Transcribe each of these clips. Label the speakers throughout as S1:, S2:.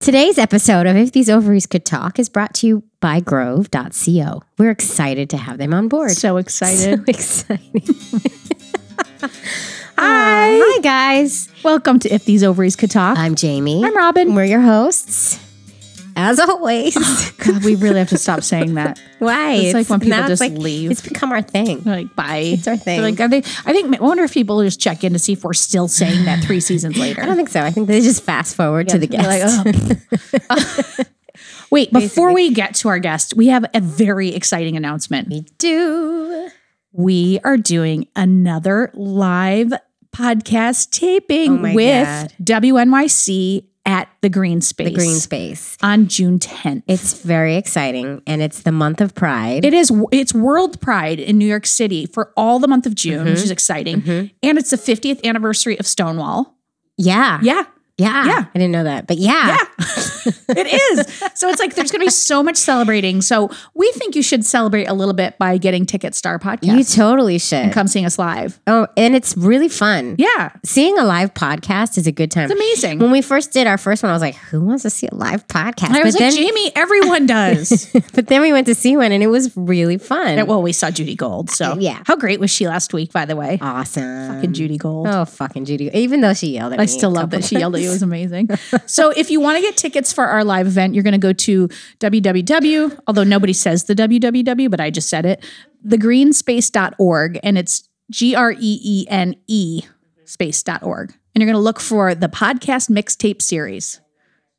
S1: Today's episode of If These Ovaries Could Talk is brought to you by Grove.co. We're excited to have them on board.
S2: So excited.
S1: So exciting. Hi. Hi, guys.
S2: Welcome to If These Ovaries Could Talk.
S1: I'm Jamie.
S2: I'm Robin.
S1: We're your hosts, as always.
S2: God, we really have to stop saying that.
S1: Why?
S2: It's like when people
S1: now it's
S2: just leave.
S1: It's become our thing.
S2: Like, bye. It's
S1: our thing.
S2: Like, are they, I think, I wonder if people just check in to see if we're still saying that three seasons later.
S1: I don't think so. I think they just fast forward to the
S2: They're
S1: guest.
S2: like, oh. Wait, before we get to our guest, we have a very exciting announcement.
S1: We do.
S2: we are doing another live podcast
S1: Oh
S2: taping
S1: my
S2: with
S1: God.
S2: WNYC at the Green Space,
S1: The green space.
S2: on June 10th.
S1: It's very exciting, and it's the month of pride.
S2: it is it's World Pride in New York City for all the month of June,
S1: Mm-hmm.
S2: which is exciting. And it's the 50th anniversary of Stonewall.
S1: yeah.
S2: Yeah.
S1: Yeah.
S2: Yeah.
S1: I didn't know that. But yeah.
S2: Yeah. it is. So it's like there's going to be so much celebrating. So we think you should celebrate a little bit by getting tickets to our
S1: You
S2: podcast.
S1: totally should.
S2: Come seeing us live.
S1: oh, and it's really fun.
S2: Yeah.
S1: Seeing a live podcast is a good time.
S2: It's amazing.
S1: When we first did our first one, I was like, who wants to see a live podcast?
S2: I
S1: but
S2: was like,
S1: then
S2: Jamie, everyone does.
S1: but then we went to see one and it was really fun.
S2: well, we saw Judy Gold. So
S1: Yeah.
S2: how great was she last week? By the way,
S1: awesome.
S2: fucking Judy Gold.
S1: Oh fucking Judy. Even though she yelled at me.
S2: I still love that she yelled at you. It was amazing. so if you want to get tickets for our live event, you're going to go to www. Although nobody says the www, but I just said it. Thegreenspace.org, and it's g r e e n e space dot org. And you're going to look for the podcast mixtape series,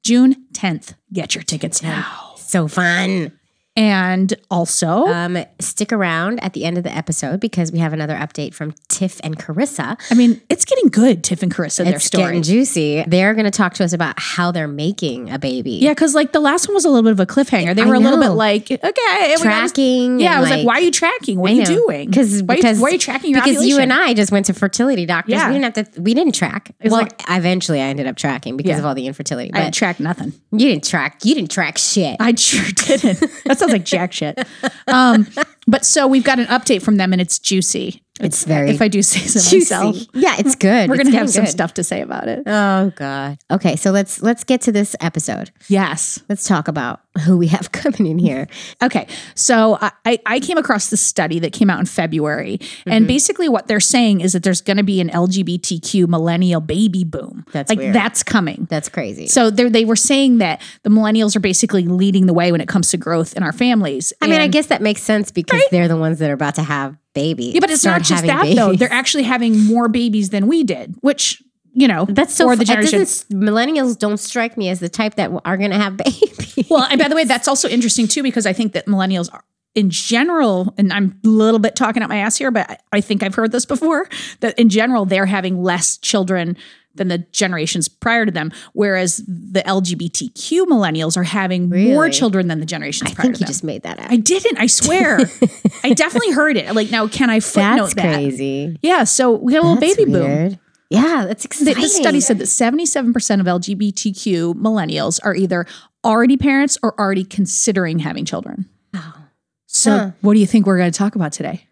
S2: June 10th. Get your tickets now.
S1: So fun.
S2: And also,
S1: Um, stick around at the end of the episode because we have another update from Tiff and Carissa.
S2: I mean, it's getting good, Tiff and Carissa, their
S1: it's
S2: story.
S1: getting juicy. They're going to talk to us about how they're making a baby.
S2: Yeah, because like the last one was a little bit of a cliffhanger. They
S1: I
S2: were a little bit
S1: know.
S2: like, okay, and we got this-
S1: Tracking.
S2: yeah,
S1: and,
S2: I was like, why are you tracking? What are
S1: I
S2: you
S1: know.
S2: doing?
S1: 'Cause-
S2: why, are you-
S1: because-
S2: why are you tracking your
S1: because you and
S2: ovulation?
S1: I just went to fertility doctors.
S2: Yeah.
S1: We didn't have to. We didn't track.
S2: was
S1: well,
S2: like-
S1: eventually, I ended up tracking because
S2: Yeah.
S1: of all the infertility.
S2: I didn't
S1: But
S2: track nothing.
S1: you didn't track. You didn't track shit.
S2: I sure didn't. that sounds like jack shit. Um, but so we've got an update from them, and it's juicy.
S1: It's very
S2: If I do say so
S1: juicy.
S2: myself,
S1: Yeah, it's good.
S2: we're
S1: It's
S2: gonna
S1: getting
S2: have some
S1: good.
S2: stuff to say about it.
S1: Oh god. Okay, so let's let's get to this episode.
S2: Yes.
S1: Let's talk about who we have coming in here.
S2: Okay. So I- I, I came across this study that came out in February.
S1: Mm-hmm.
S2: And basically, what they're saying is that there's going to be an LGBTQ millennial baby boom.
S1: That's
S2: like,
S1: weird.
S2: that's coming.
S1: That's crazy.
S2: So they're- they were saying that the millennials are basically leading the way when it comes to growth in our families.
S1: I mean, I
S2: And-
S1: guess that makes sense because they're the ones that are about to have babies.
S2: Yeah, but it's not, just
S1: having
S2: that, though.
S1: babies.
S2: They're actually having more babies than we did, which, you know,
S1: That's so.
S2: or the
S1: fu- it
S2: generation.
S1: doesn't- millennials don't strike me as the type that are going to have babies.
S2: Well, and by the way, that's also interesting too, because I think that millennials are in general, and I'm a little bit talking out my ass here, but I, I think I've heard this before that in general, they're having less children than the generations prior to them, whereas the LGBTQ millennials are having more
S1: Really?
S2: children than the generations
S1: I
S2: prior
S1: think
S2: to
S1: you
S2: them.
S1: just made that up.
S2: I didn't, I swear. I definitely heard it. Like, now can I footnote
S1: That's
S2: that?
S1: crazy.
S2: Yeah, so we got a little
S1: That's
S2: baby boom.
S1: weird. Yeah, that's
S2: The,
S1: exciting.
S2: the study said that 77% of LGBTQ millennials are either already parents or already considering having children.
S1: Wow.
S2: So,
S1: Huh.
S2: what do you think we're going to talk about today?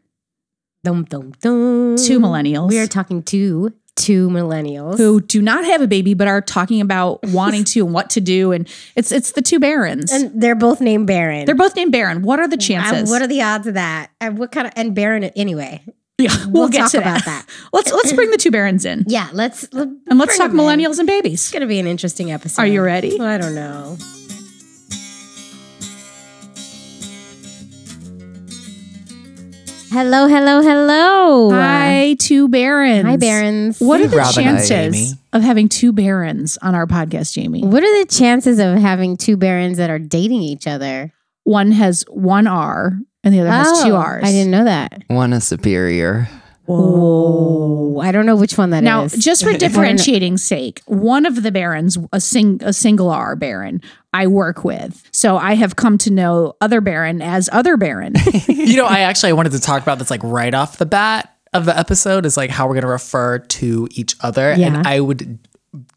S1: Dum, dum, dum.
S2: Two millennials
S1: We are talking to two millennials.
S2: who do not have a baby but are talking about wanting to and what to do and it's it's the two barons.
S1: And they're both named Baron.
S2: They're both named Baron. What are the
S1: I-
S2: chances?
S1: what are the odds of that? And what kind of and Baron anyway?
S2: yeah, we'll,
S1: We'll,
S2: get
S1: talk
S2: to
S1: about
S2: that.
S1: that.
S2: Let's let's bring the two barons in
S1: Yeah, let's. let-
S2: and let's
S1: bring
S2: talk
S1: them in.
S2: millennials and
S1: It's
S2: babies.
S1: gonna be an interesting episode.
S2: Are you ready?
S1: I don't know. Hello, hello, hello.
S2: Hi, two barons.
S1: Hi, Barons.
S2: What are the
S3: Robin, hi, Amy.
S2: chances of having two barons on our podcast, Jamie?
S1: What are the chances of having two Barons that are dating each other?
S2: One has one R and the other has two
S1: Oh,
S2: R's.
S1: I didn't know that.
S3: One is superior.
S1: Whoa. I don't know which one that is.
S2: Now, just for differentiating's sake, one of the barons, a sing, a single R baron, I work with. So I have come to know other baron as other baron.
S4: you know, I actually I wanted to talk about this like right off the bat of the episode is like how we're gonna refer to each other,
S1: Yeah.
S4: and I would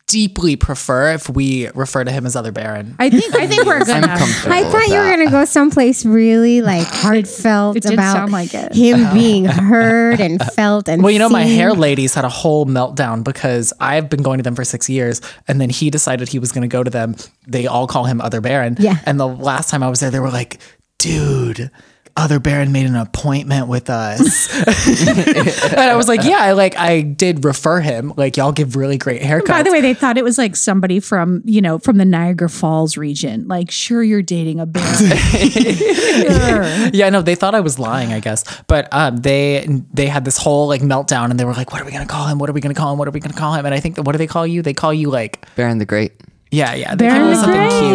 S4: deeply prefer if we refer to him as Other Baron.
S2: I think I think we're
S3: I'm
S2: gonna.
S3: comfortable.
S1: I
S3: with
S1: thought you were
S3: that.
S1: going to go someplace really like heartfelt
S2: it did
S1: about
S2: sound like it.
S1: him being heard and felt and
S4: Oh. Well, you know, my
S1: seen.
S4: hair ladies had a whole meltdown because I've been going to them for six years, and then he decided he was going to go to them. They all call him Other Baron.
S1: Yeah.
S4: And the last time I was there, they were like, "Dude, Other Baron made an appointment with us," and I was like, "Yeah, I like I did refer him. Like, y'all give really great haircuts."
S2: By the way, they thought it was like somebody from you know from the Niagara Falls region. Like, sure, you're dating a bear. Sure.
S4: yeah, no, they thought I was lying, I guess. But um, they they had this whole like meltdown, and they were like, "What are we gonna call him? What are we gonna call him? What are we gonna call him?" And I think that what do they call you? They call you like
S3: Baron the Great.
S4: yeah, yeah, they
S2: Baron
S4: call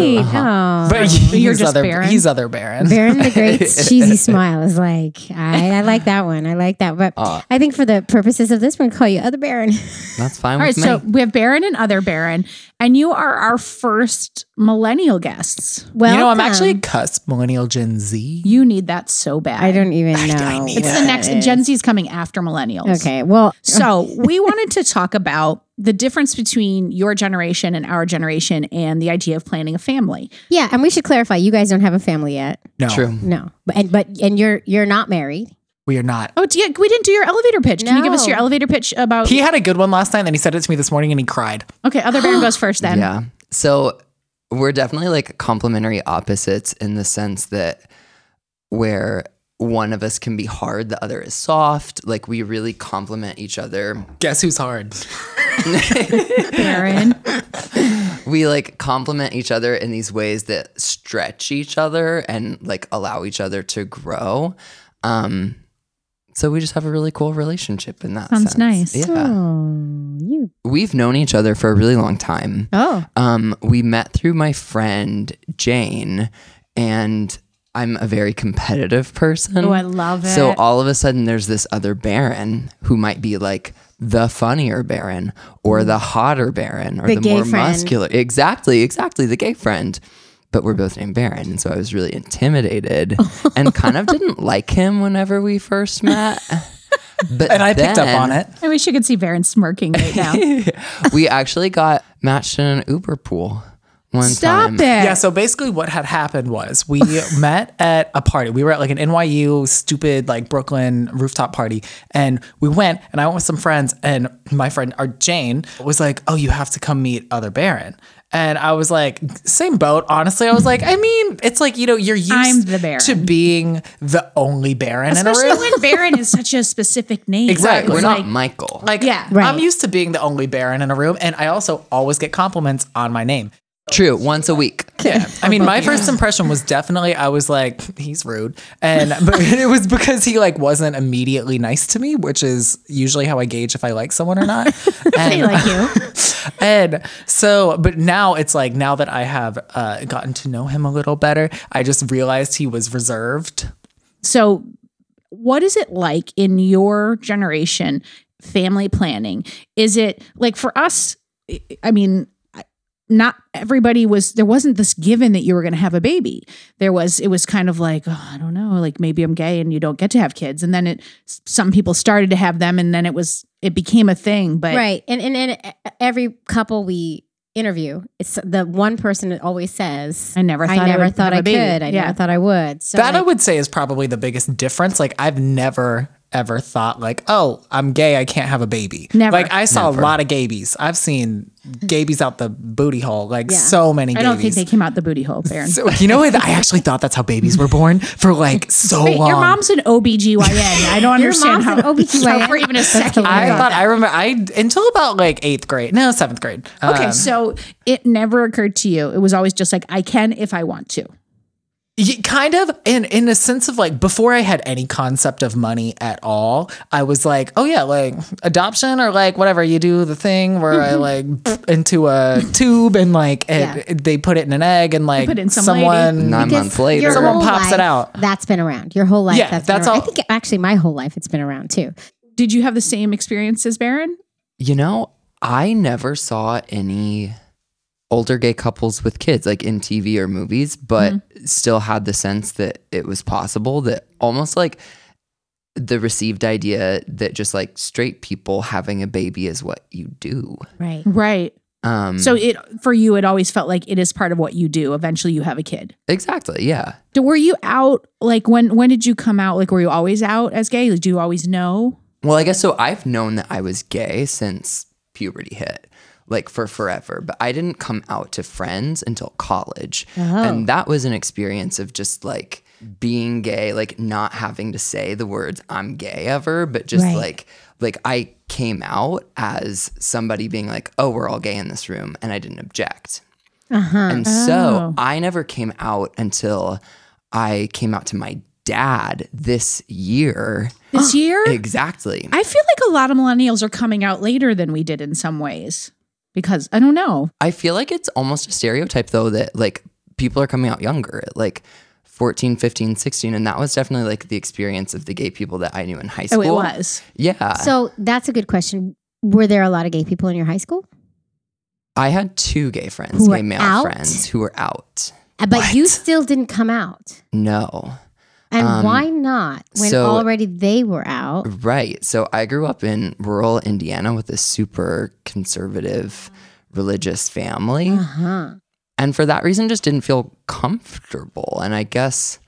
S4: you
S2: the Great.
S1: Oh.
S4: But he's
S2: You're just
S4: other
S2: Baron?
S4: he's other Baron.
S1: Baron the Great's cheesy smile is like, I, I like that one. I like that. But
S4: Uh.
S1: I think for the purposes of this one, call you Other Baron.
S3: That's fine
S2: All right,
S3: with
S2: so
S3: me.
S2: we have Baron and other Baron, and you are our first millennial guests.
S1: Well,
S4: you know, I'm actually a cusp millennial Gen Z.
S2: You need that so bad.
S1: I don't even know.
S2: It's the next Gen Z's coming after millennials.
S1: Okay. Well,
S2: So we wanted to talk about the difference between your generation and our generation, and the idea of planning a family.
S1: yeah, and we should clarify: you guys don't have a family yet.
S4: No,
S3: True.
S1: No, but and but and you're you're not married.
S4: we are not.
S2: Oh, do you- we didn't do your elevator pitch. Can you give us
S1: No.
S2: your elevator pitch about?
S4: He had a good one last night, and then he said it to me this morning, and he cried.
S2: okay, other Baron goes first then.
S3: Yeah. So we're definitely like complementary opposites in the sense that where one of us can be hard, the other is soft. Like we really complement each other.
S4: Guess who's hard?
S2: Baron.
S3: We like complement each other in these ways that stretch each other and like allow each other to grow. Um, so we just have a really cool relationship in that
S2: Sounds
S3: sense.
S2: nice.
S3: Yeah.
S1: Oh, you.
S3: We've known each other for a really long time.
S1: Oh,
S3: Um, we met through my friend Jane, and I'm a very competitive person.
S2: Oh, I love it.
S3: So all of a sudden, there's this other Baron who might be like the funnier Baron or the hotter Baron or
S1: The
S3: the,
S1: gay
S3: more
S1: friend.
S3: muscular. Exactly, exactly, the gay friend. But we're both named Baron, and so I was really intimidated and kind of didn't like him whenever we first met. But
S4: And I picked up on it.
S2: I wish you could see Baron smirking right now.
S3: We actually got matched in an Uber pool one
S2: Stop
S3: time.
S2: it.
S4: Yeah, so basically what had happened was we met at a party. We were at like an NYU stupid like Brooklyn rooftop party and we went and I went with some friends and my friend our Jane was like, "Oh, you have to come meet other Baron." And I was like, same boat, honestly. I was like, I mean, it's like, you know, you're used
S2: I'm the Baron.
S4: to being the only Baron in a
S2: Especially when
S4: room.
S2: Baron is such a specific name.
S4: Exactly.
S3: We're
S4: It's
S3: not
S2: like-
S3: Michael.
S4: Like,
S2: Yeah.
S1: Right.
S4: I'm used to being the only Baron in a room and I also always get compliments on my name.
S3: True, once a week.
S4: Yeah. I mean, my first impression was definitely I was like, he's rude. And but it was because he like wasn't immediately nice to me, which is usually how I gauge if I like someone or not.
S2: They
S4: And,
S2: like you.
S4: and so, but now it's like now that I have uh, gotten to know him a little better, I just realized he was reserved.
S2: So, what is it like in your generation family planning? Is it like for us? I- I mean, I- not everybody was there wasn't this given that you were going to have a baby. There was it was kind of like, oh, I don't know, like maybe I'm gay and you don't get to have kids. And then it some people started to have them and then it was it became a thing, but
S1: right. And and and every couple we interview, it's the one person that always says,
S2: I never thought
S1: "I never
S2: would
S1: thought
S2: have
S1: I
S2: a baby.
S1: could. I
S2: yeah.
S1: never thought I would." So
S4: that I
S1: like,
S4: would say is probably the biggest difference. Like I've never ever thought like, oh, I'm gay, I can't have a baby.
S2: Never.
S4: Like I saw a lot of gabies. I've seen gabies out the booty hole, like so many gabies.
S2: I don't think they came out the booty hole, Baron.
S4: So, you know what? I actually thought that's how babies were born for like so
S2: Wait,
S4: long.
S2: your mom's an OBGYN. I don't understand
S1: mom's
S2: how
S1: an OBGYN?
S2: how for even a second.
S4: I thought I remember I until about like eighth grade, no seventh grade. Uh,
S2: okay, so it never occurred to you. It was always just like I can if I want to.
S4: Ye- kind of in in a sense of like before I had any concept of money at all, I was like, oh yeah, like adoption or like whatever you do the thing where
S2: Mm-hmm.
S4: I like pfft into a tube and like it,
S1: Yeah.
S4: it- they put it in an egg and like
S2: put it in some
S4: someone
S3: Nine months later.
S1: your
S4: Someone
S1: whole
S4: pops it
S1: life,
S4: out.
S1: That's been around your whole life.
S4: Yeah,
S1: that's, been
S4: that's
S1: around. I
S4: all-
S1: think actually my whole life it's been around too.
S2: Did you have the same experience as Baron?
S3: You know, I never saw any older gay couples with kids like in TV or movies, but still had the sense that it was possible that almost like the received idea that just like straight people having a baby is what you do.
S1: Right.
S2: Right.
S3: Um,
S2: So it for you, it always felt like it is part of what you do. Eventually, you have a kid.
S3: exactly. Yeah.
S2: So were you out? Like when when did you come out? Like were you always out as gay? Like, do you always know?
S3: Well, I guess so. I've known that I was gay since puberty hit, like for forever. But I didn't come out to friends until college. And that was an experience of just like being gay, like not having to say the words I'm gay ever, but just
S1: Right.
S3: like, like I came out as somebody being like, oh, we're all gay in this room. And I didn't object. And so I never came out until I came out to my dad this year.
S2: This year,
S3: Exactly.
S2: I feel like a lot of millennials are coming out later than we did in some ways because I don't know.
S3: I feel like it's almost a stereotype though that like people are coming out younger at like 14, 15, 16 and that was definitely like the experience of the gay people that I knew in high
S2: Oh,
S3: school.
S2: it was.
S3: Yeah.
S1: So that's a good question. Were there a lot of gay people in your hay school?
S3: I had two gay friends,
S1: Who were
S3: gay male
S1: out?
S3: friends who were out.
S1: Uh, But you still didn't come out.
S3: No.
S1: And
S3: Um,
S1: why not when
S3: so-
S1: already they were out?
S3: Right. So I grew up in rural Indiana with a super conservative religious family.
S1: Huh.
S3: and for that reason just didn't feel comfortable and i guess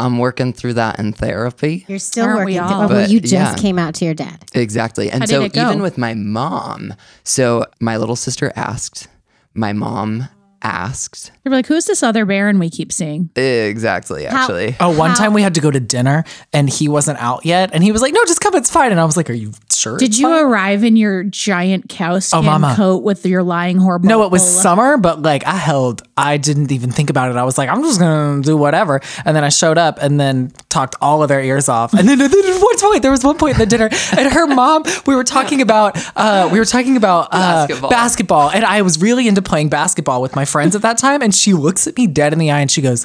S3: i'm working through that in therapy
S1: You're still
S2: Aren't we
S1: working.
S2: all?
S1: through- oh, well,
S3: But,
S1: you just
S3: yeah.
S1: came out to your dad.
S3: exactly and
S2: How did
S3: so
S2: it go?
S3: even with my mom so my little sister asked my mom asked
S2: They were like, "Who's this other Baron we keep seeing?"
S3: exactly actually
S4: Oh, one time we had to go to dinner and he wasn't out yet. And he was like, no, just come. It's fine. And I was like, are you sure?
S2: Did you arrive in your giant cow skin
S4: mama.
S2: coat with your lying horrible?
S4: No, it was summer, but like I held, I didn't even think about it. I was like, I'm just gonna do whatever. And then I showed up and then talked all of their ears off. And then at one point, there was one point in the dinner, and her mom, we were talking about, uh, we were talking about uh,
S3: Basketball.
S4: basketball. and I was really into playing basketball with my friends at that time. And she looks at me dead in the eye and she goes,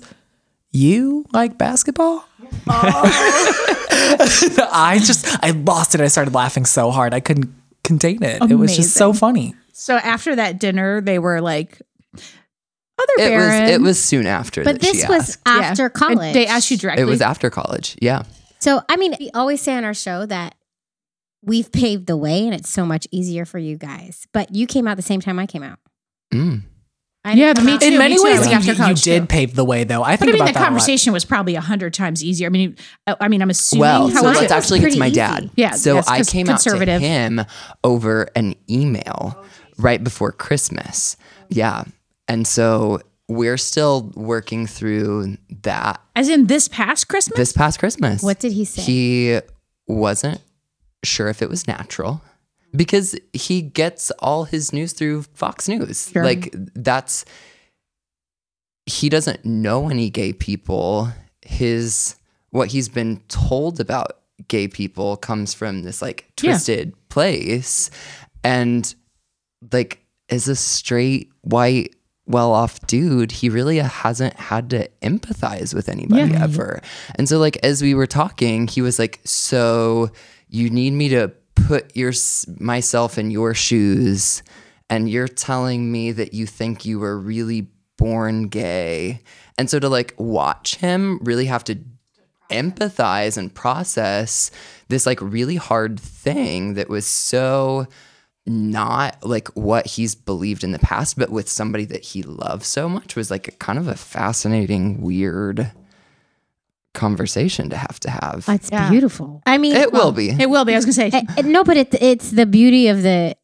S4: "You like basketball?" I just, I lost it. I started laughing so hard I couldn't contain it. It was just so funny.
S2: So after that dinner, they were like, "Other
S3: it
S2: Baron."
S3: was it was soon after
S1: But
S3: that she
S1: this was
S3: asked
S2: Yeah.
S1: after college.
S2: They asked you
S3: it
S2: directly.
S3: was after college yeah
S1: So, I mean, we always say on our show that we've paved the way and it's so much easier for you guys. But you came out the same time I came out.
S3: Mm.
S1: I didn't
S2: Yeah,
S1: come
S2: me
S1: out
S2: too,
S1: till-
S2: me too. It was
S4: you,
S2: after
S4: you
S2: college,
S4: did
S2: too.
S4: pave the way, though. I
S2: But I
S4: think
S2: mean,
S4: about
S2: the
S4: that a lot.
S2: conversation was probably a hundred times easier. I mean, I, I mean, I'm assuming.
S3: Well,
S2: How
S3: so
S2: was
S3: let's
S2: it?
S3: actually get
S1: pretty
S3: to my
S1: easy.
S3: dad.
S2: Yeah,
S3: So
S2: yes,
S3: I
S2: 'cause
S3: came out to
S2: conservative.
S3: him over an email right before Christmas. Yeah. And so we're still working through that
S2: As in this past Christmas.
S3: this past Christmas.
S1: What did he say?
S3: He wasn't sure if it was natural because he gets all his news through Fox News.
S2: Sure.
S3: Like that's he doesn't know any gay people. His what he's been told about gay people comes from this like
S2: Yeah.
S3: twisted place and like as a straight white well-off dude he really hasn't had to empathize with anybody
S2: Yeah.
S3: ever and so like as we were talking he was like so you need me to put your myself in your shoes and you're telling me that you think you were really born gay and so to like watch him really have to empathize and process this like really hard thing that was so not like what he's believed in the past, but with somebody that he loves so much was like kind of a fascinating, weird conversation to have to have.
S1: It's beautiful. I mean,
S3: it will be.
S2: it will be. I was gonna say.
S1: I- I- no, but it, it's the beauty of the.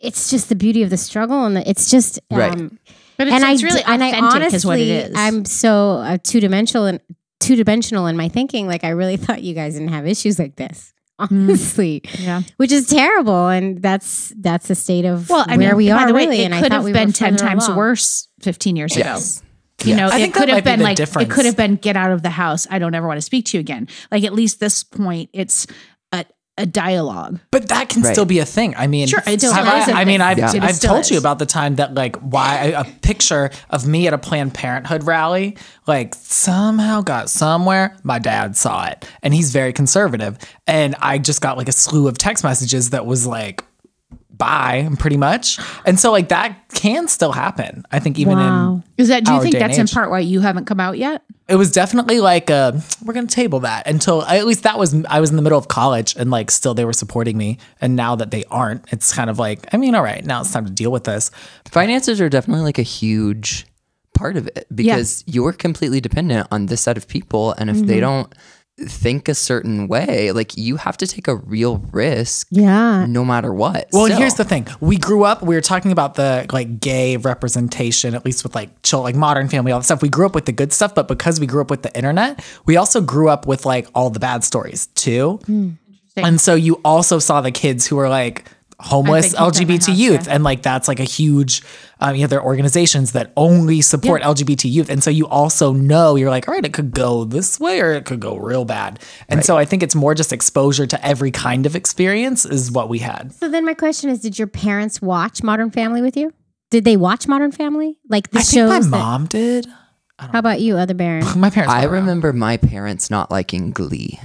S1: It's just the beauty of the struggle, and the, it's just um,
S3: Right.
S2: But it's, it's really
S1: and I
S2: authentic
S1: honestly,
S2: is what it is.
S1: I'm so uh, two dimensional and two dimensional in my thinking. Like I really thought you guys didn't have issues like this, honestly,
S2: Hmm. yeah.
S1: which is terrible. And that's that's the state of
S2: Well, I
S1: where
S2: mean,
S1: we
S2: by
S1: are
S2: the way,
S1: really.
S2: it
S1: and I
S2: could
S1: thought
S2: have
S1: we were
S2: been ten
S1: further
S2: times
S1: along.
S2: worse fifteen years
S3: yes.
S2: ago. You know,
S4: I
S2: it
S4: think that
S2: could have
S4: might be
S2: been
S4: the
S2: like it
S4: difference.
S2: could have been get out of the house. I don't ever want to speak to you again. Like at least this point, it's a, a dialogue.
S4: But that can
S3: Right.
S4: still be a thing. I mean,
S2: Sure, it still
S4: have
S2: is a
S4: I, I mean,
S2: thing.
S4: I've,
S2: Yeah. It
S4: I've
S2: still
S4: told
S2: is.
S4: you about the time that like why a picture of me at a Planned Parenthood rally like somehow got somewhere. My dad saw it, and he's very conservative, and I just got like a slew of text messages that was like. Bye, pretty much, and so like that can still happen. I think even in
S2: Is that? Do you
S4: Our
S2: think
S4: day and
S2: that's in
S4: age.
S2: part why you haven't come out yet?
S4: It was definitely like a, we're gonna table that until at least that was I was in the middle of college and like still they were supporting me and now that they aren't it's kind of like I mean all right now it's time to deal with this
S3: Finances are definitely like a huge part of it because you're completely dependent on this set of people. And if they don't think a certain way, like you have to take a real risk
S1: Yeah.
S4: Hmm.
S3: no matter what.
S4: Well,
S3: still.
S4: here's the thing. We grew up, we were talking about the like gay representation, at least with like chill, like modern family, all that stuff. We grew up with the good stuff, but because we grew up with the internet, we also grew up with like all the bad stories too. And so you also saw the kids who were like homeless
S2: I'm thinking
S4: LGBT
S2: about my
S4: youth. And like that's like a huge, um, you know, there are organizations that only support LGBT youth. And so you also know you're like, all right, it could go this way or it could go real bad. And so I think it's more just exposure to every kind of experience is what we had.
S1: So then my question is, did your parents watch Modern Family with you? Did they watch Modern Family? Like the
S4: I think
S1: shows?
S4: my
S1: that-
S4: mom did.
S1: how about you, other Baron?
S4: My parents.
S3: I
S4: were around.
S3: remember my parents not liking Glee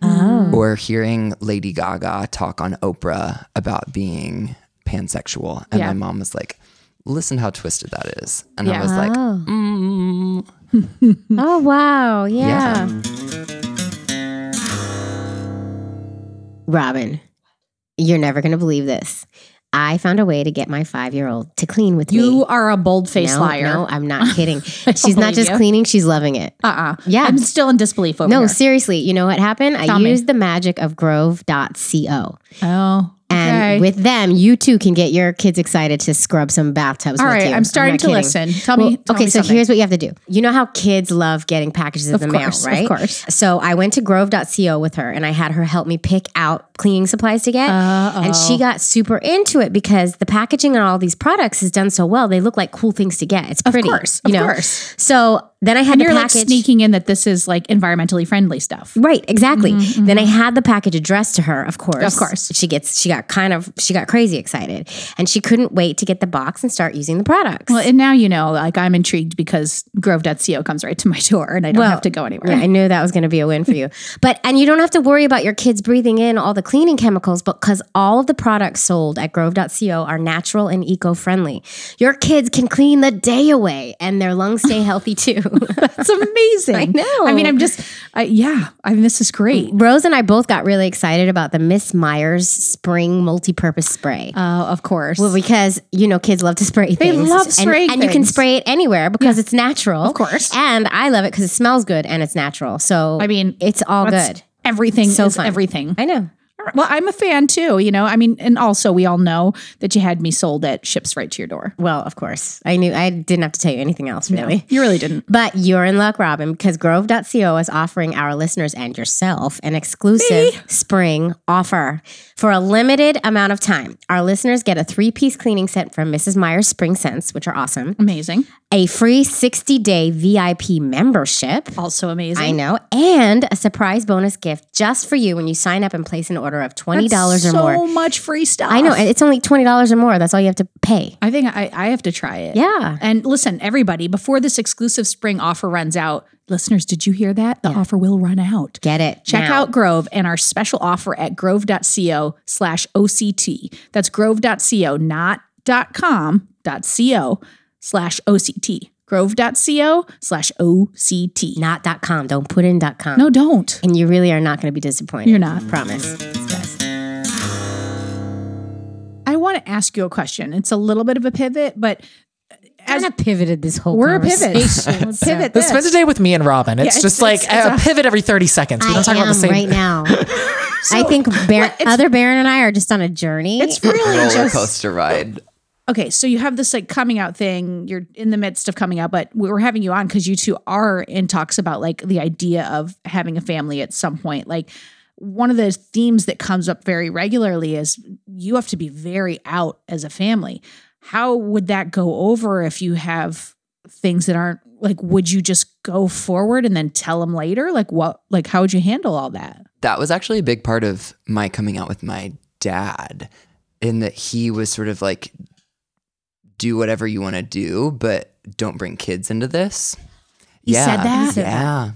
S2: Oh.
S3: or hearing Lady Gaga talk on Oprah about being pansexual. And
S2: Yeah.
S3: my mom was like, listen how twisted that is. And I
S2: Yeah.
S3: was like,
S1: oh.
S3: mm,
S1: oh wow! Yeah. Robin, you're never gonna believe this. I found a way to get my five year old to clean with me.
S2: You are a bold faced
S1: no,
S2: liar.
S1: No, I'm not kidding.
S2: don't
S1: she's not
S2: believe
S1: just
S2: you.
S1: cleaning; she's loving it.
S2: Uh-uh.
S1: Yeah.
S2: I'm still in disbelief over
S1: No,
S2: here.
S1: seriously. You know what happened? I
S2: Tell me.
S1: used the magic of Grove.co.
S2: Oh.
S1: And
S2: okay.
S1: with them, you too can get your kids excited to scrub some bathtubs.
S2: All
S1: with
S2: right,
S1: you.
S2: I'm starting
S1: not
S2: to listen. Tell me- tell
S1: okay,
S2: me
S1: so
S2: something.
S1: here's what you have to do. You know how kids love getting packages in
S2: Of
S1: the
S2: course, of
S1: mail, right?
S2: course.
S1: So I went to grove.co with her and I had her help me pick out cleaning supplies to get. And she got super into it because the packaging on all these products is done so well. They look like cool things to get. It's pretty.
S2: course,
S1: you
S2: of
S1: know?
S2: course.
S1: So then I had to
S2: you're like
S1: package.
S2: sneaking in that this is like environmentally friendly stuff.
S1: Right, exactly. Then I had the package addressed to her, of course.
S2: Mm-hmm, Of course.
S1: She gets she got kind of she got crazy excited and she couldn't wait to get the box and start using the products.
S2: Well, and now you know, like I'm intrigued because grove.co comes right to my door and I don't have to go anywhere.
S1: Yeah, I knew that was going to be a win for you. But and you don't have to worry about your kids breathing in all the cleaning chemicals because all of the products sold at grove.co are natural and eco-friendly. Your kids can clean the day away and their lungs stay healthy too.
S2: That's amazing. I
S1: know. Mm.
S2: I mean, I'm just, I, yeah, I mean, this is great.
S1: Rose and I both got really excited about the Miss Myers spring multi-purpose spray.
S2: Oh, of course.
S1: Well, because you know kids love to spray
S2: They
S1: things.
S2: love
S1: and,
S2: spraying
S1: and you can
S2: things.
S1: spray it anywhere because it's natural, of
S2: course.
S1: And I love it because it smells good and it's natural. So
S2: I mean,
S1: it's all
S2: that's-
S1: good.
S2: Everything
S1: So
S2: is
S1: fun.
S2: everything.
S1: I know.
S2: Well, I'm a fan too, you know. I mean, and also we all know that you had me sold at ships right to your door.
S1: Well, of course, I knew I didn't have to tell you anything else really.
S2: You really didn't.
S1: But you're in luck, Robin, because Grove.co is offering our listeners and yourself an exclusive spring offer. For a limited amount of time, our listeners get a three piece cleaning set from Mrs. Myers Spring Scents, which are awesome,
S2: Amazing.
S1: a free 60 day VIP membership.
S2: Also amazing.
S1: I know. And a surprise bonus gift just for you when you sign up and place an order of $20 or
S2: so
S1: more.
S2: much free stuff.
S1: I know. And it's only $20 or more. That's all you have to pay.
S2: I think I, I have to try it.
S1: Yeah.
S2: And listen, everybody, before this exclusive spring offer runs out, listeners, did you hear that? The offer will run out.
S1: Get it.
S2: Check
S1: now.
S2: out Grove and our special offer at grove.co slash OCT. That's grove.co, not dot com, dot co slash OCT. Grove.co slash OCT.
S1: Not dot .com. Don't put in dot .com.
S2: No, don't.
S1: And you really are not going to be disappointed.
S2: You're not.
S1: Promise. It's best.
S2: I want to ask you a question. It's a little bit of a pivot, but
S1: Kind of pivoted this whole
S2: we're a pivot.
S1: conversation.
S2: We're a pivot.
S4: But spend a
S2: This.
S4: day with me and Robin. It's
S2: it's-
S4: just like
S2: it's-
S4: a, pivot every 30 seconds. We
S1: I
S4: don't talk
S1: am
S4: about the same.
S1: right now. I think Bar- other Baron and I are just on a journey.
S2: It's really
S3: roller
S2: just
S3: coaster ride.
S2: okay so you have this like coming out thing you're in the midst of coming out but we- we're having you on because you two are in talks about like the idea of having a family at some point like one of the themes that comes up very regularly is you have to be very out as a family how would that go over if you have things that aren't like would you just go forward and then tell them later like what like how would you handle all that
S3: that was actually a big part of my coming out with my dad in that he was sort of like do whatever you want to do but don't bring kids into this
S2: He
S3: yeah
S2: said that? He said that.
S3: yeah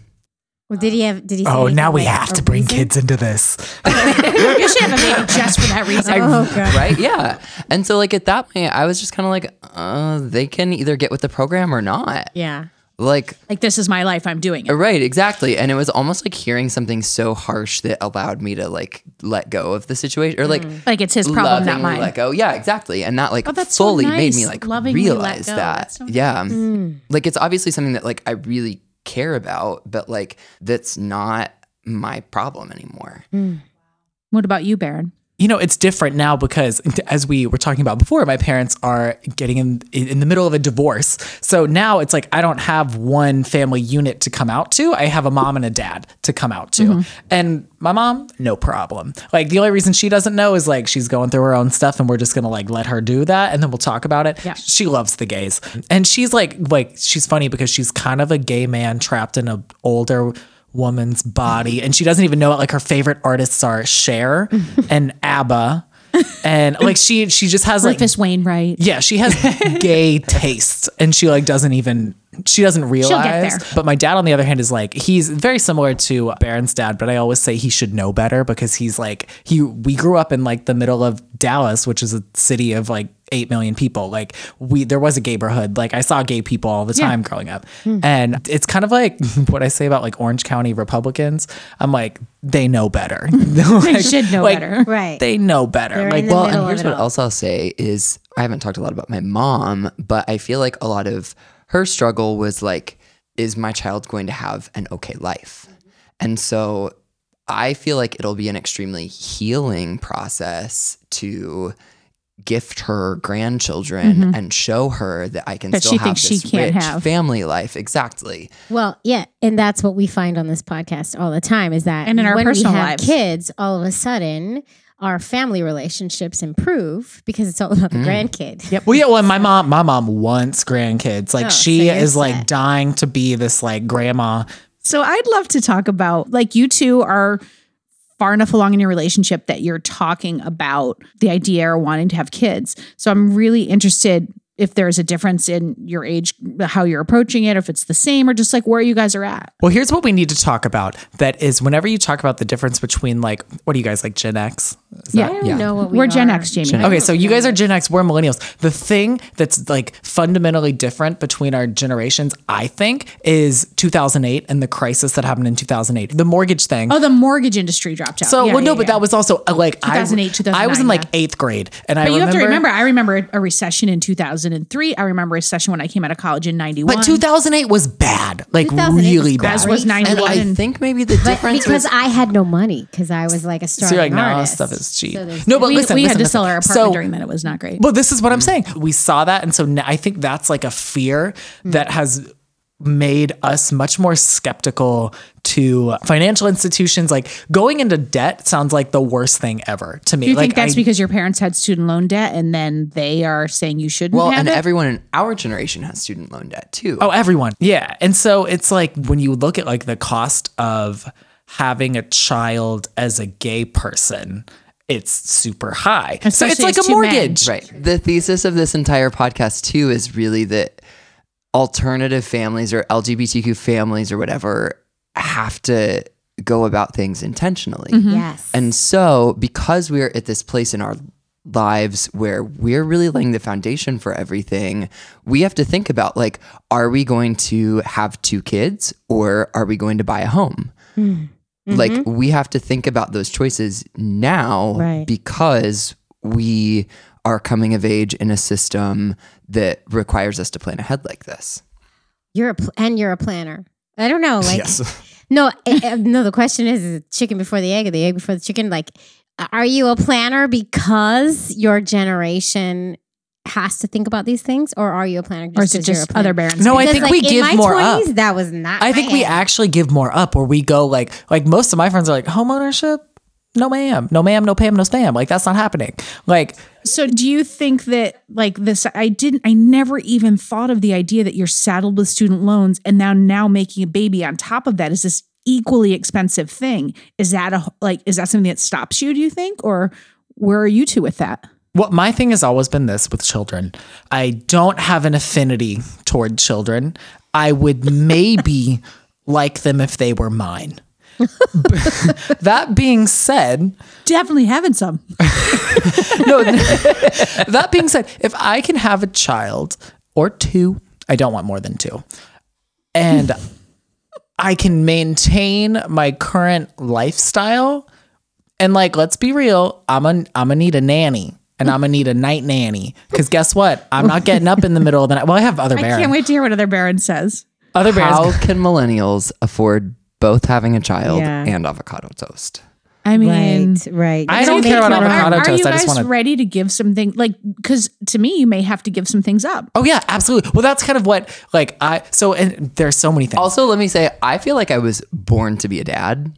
S1: well, did he have? Did he? Say
S4: Oh, now
S1: anything
S4: we
S1: like
S4: have
S1: a
S4: to bring
S1: reason?
S4: kids into this.
S2: you should have a baby just for that reason
S1: Oh god.
S3: right yeah and so like at that point i was just kind of like uh, they can either get with the program or not
S1: Yeah.
S3: Like uh,
S2: Like this is my life. I'm doing it.
S3: Right, exactly. And it was almost like hearing something so harsh that allowed me to like let go of the situation or like
S2: Like it's his problem, not
S3: lovingly
S2: mine.
S3: let go. Yeah, exactly. And that like
S2: Mm. Oh, that's so
S3: fully made me
S2: nice.
S3: like
S2: Lovingly let
S3: realize
S2: go.
S3: that.
S2: That's so
S3: yeah.
S2: Mm.
S3: Like it's obviously something that like I really care about, but like that's not my problem anymore.
S2: what about you, Baron?
S4: you know it's different now because as we were talking about before my parents are getting in in the middle of a divorce so now it's like i don't have one family unit to come out to i have a mom and a dad to come out to and my mom no problem like the only reason she doesn't know is like she's going through her own stuff and we're just gonna like let her do that and then we'll talk about it
S2: Yeah.
S4: she loves the gays and she's like like she's funny because she's kind of a gay man trapped in a older woman's body and she doesn't even know it like her favorite artists are Cher and ABBA and like she she just has like
S2: Rufus Wainwright.
S4: yeah she has gay tastes and she like doesn't even she doesn't realize
S2: there.
S4: but my dad on the other hand is like he's very similar to Baron's dad but I always say he should know better because he's like he we grew up in like the middle of Dallas which is a city of like 8 million people like we there was a gayborhood like I saw gay people all the
S2: Yeah. Hmm.
S4: time growing up and it's kind of like what I say about like Orange County Republicans I'm like they know better
S2: They should know
S4: like,
S2: better.
S1: Right.
S4: they know better
S1: They're
S4: like
S1: in the
S4: well
S1: middle
S3: and
S1: of
S3: here's
S1: it
S3: what
S1: all.
S3: else I'll say is I haven't talked a lot about my mom, but I feel like a lot of her struggle was like, is my child going to have an okay life?
S2: Mm-hmm.
S3: And so I feel like it'll be an extremely healing process to gift her grandchildren and show her that I can
S2: Mm-hmm. That
S3: still
S2: she
S3: have
S2: thinks she
S3: this
S2: can't
S3: rich
S2: have.
S3: family life. Exactly.
S1: Well, yeah, and that's what we find on this podcast all the time is that
S2: And in our
S1: when
S2: personal
S1: we have
S2: lives.
S1: kids, all of a sudden our family relationships improve because it's all about
S4: Mm.
S1: the grandkid. Yep.
S4: Well, yeah. Well, my mom, my mom wants grandkids. Like
S1: Oh,
S4: she
S1: so you're
S4: is like
S1: set.
S4: dying to be this like grandma.
S2: So I'd love to talk about like you two are far enough along in your relationship that you're talking about the idea or wanting to have kids. So I'm really interested if there's a difference in your age, how you're approaching it, if it's the same or just like where you guys are at.
S4: Well, here's what we need to talk about. That is, whenever you talk about the difference between like, what are you guys like Gen X? Is
S2: Yeah.
S1: I don't know what we
S2: We're Gen
S1: are.
S2: X, Jamie.
S4: Okay, so you guys are Gen X, we're millennials. The thing that's like fundamentally different between our generations, I think, is 2008 and the crisis that happened in 2008. The mortgage thing.
S2: Oh, the mortgage industry dropped out.
S4: So
S2: Yeah,
S4: well, no,
S2: yeah,
S4: but
S2: yeah.
S4: that was also uh, like
S2: 2008,
S4: I, I was in
S2: 2009,
S4: like
S2: yeah.
S4: eighth grade, and I
S2: But you
S4: remember,
S2: have to remember, I remember a recession in 2003. I remember a recession when I came out of college in 91.
S4: But 2008 was bad, like
S1: 2008 was
S4: really
S1: great.
S4: bad.
S2: As was
S1: Right.
S2: 91.
S3: And I think maybe the
S1: But
S3: difference
S1: because
S3: was
S1: I had no money because I was like a starving
S4: So you're like, no,
S1: artist.
S4: stuff is cheap.
S1: So there's-
S4: no, but
S2: we,
S4: listen,
S2: we
S4: listen,
S2: had to
S4: listen.
S2: sell our apartment
S4: so,
S2: during that. It was not great.
S4: Well, this is what I'm saying. We saw that, and so now I think that's like a fear
S2: Hmm.
S4: that has made us much more skeptical to financial institutions. Like going into debt sounds like the worst thing ever to me.
S2: Do you
S4: like
S2: think that's
S4: I,
S2: because your parents had student loan debt and then they are saying you shouldn't
S3: well,
S2: have
S3: and
S2: it?
S3: everyone in our generation has student loan debt too.
S4: Oh, everyone. Yeah. And so it's like when you look at like the cost of having a child as a gay person, it's super high.
S2: Especially
S4: so
S2: as
S4: it's like a
S2: two men.
S4: mortgage.
S3: Right. The thesis of this entire podcast too is really that alternative families or LGBTQ families or whatever have to go about things intentionally.
S1: Yes.
S3: And so, because we're at this place in our lives where we're really laying the foundation for everything, we have to think about like, are we going to have two kids or are we going to buy a home?
S1: Hmm.
S3: Like, we have to think about those choices now
S1: Mm-hmm. Right.
S3: because we are coming of age in a system that requires us to plan ahead like this.
S1: You're a pl- and you're a planner. I don't know. Like, no, I- I- no. The question is, is it chicken before the egg, or the egg before the chicken? Like, are you a planner because your generation has to think about these things, or are you a planner? Just
S2: or is it
S1: 'cause you're
S2: just
S1: a planner?
S2: other barons?
S4: No, Oh, I
S1: Because,
S4: think
S1: like,
S4: we
S1: in
S4: give
S1: my
S4: more up.
S1: 20s, That was not.
S4: I
S1: my
S4: think we
S1: age.
S4: actually give more up where we go like like most of my friends are like home ownership, no ma'am, no ma'am, no pam, no spam. Like that's not happening. Like
S2: So do you think that like this I didn't I never even thought of the idea that you're saddled with student loans and now now making a baby on top of that is this equally expensive thing. Is that a like is that something that stops you do you think or where are you two with that?
S4: Well, my thing has always been this with children. I don't have an affinity toward children. I would maybe like them if they were mine. that being said,
S2: Definitely having some.
S4: no, that being said, if I can have a child or two, I don't want more than two. and I can maintain my current lifestyle. And like, let's be real, I'm gonna I'm gonna need a nanny. And I'm gonna need a night nanny. Cause guess what? I'm not getting up in the middle of the night. Well, I have other
S2: I
S4: Baron.
S2: can't wait to hear what other Baron says.
S4: Other Barons.
S3: How can millennials afford both having a child
S1: Yeah.
S3: and avocado toast?
S2: I mean,
S1: right, right.
S4: I don't
S1: It's
S4: care
S1: okay.
S4: about
S2: Are-
S4: avocado
S2: are,
S4: toast.
S2: you
S4: I just
S2: guys
S4: wanna-
S2: ready to give something like because to me you may have to give some things up.
S4: Oh yeah, absolutely. Well, that's kind of what like I so and there's so many things.
S3: Also, let me say, I feel like I was born to be a dad.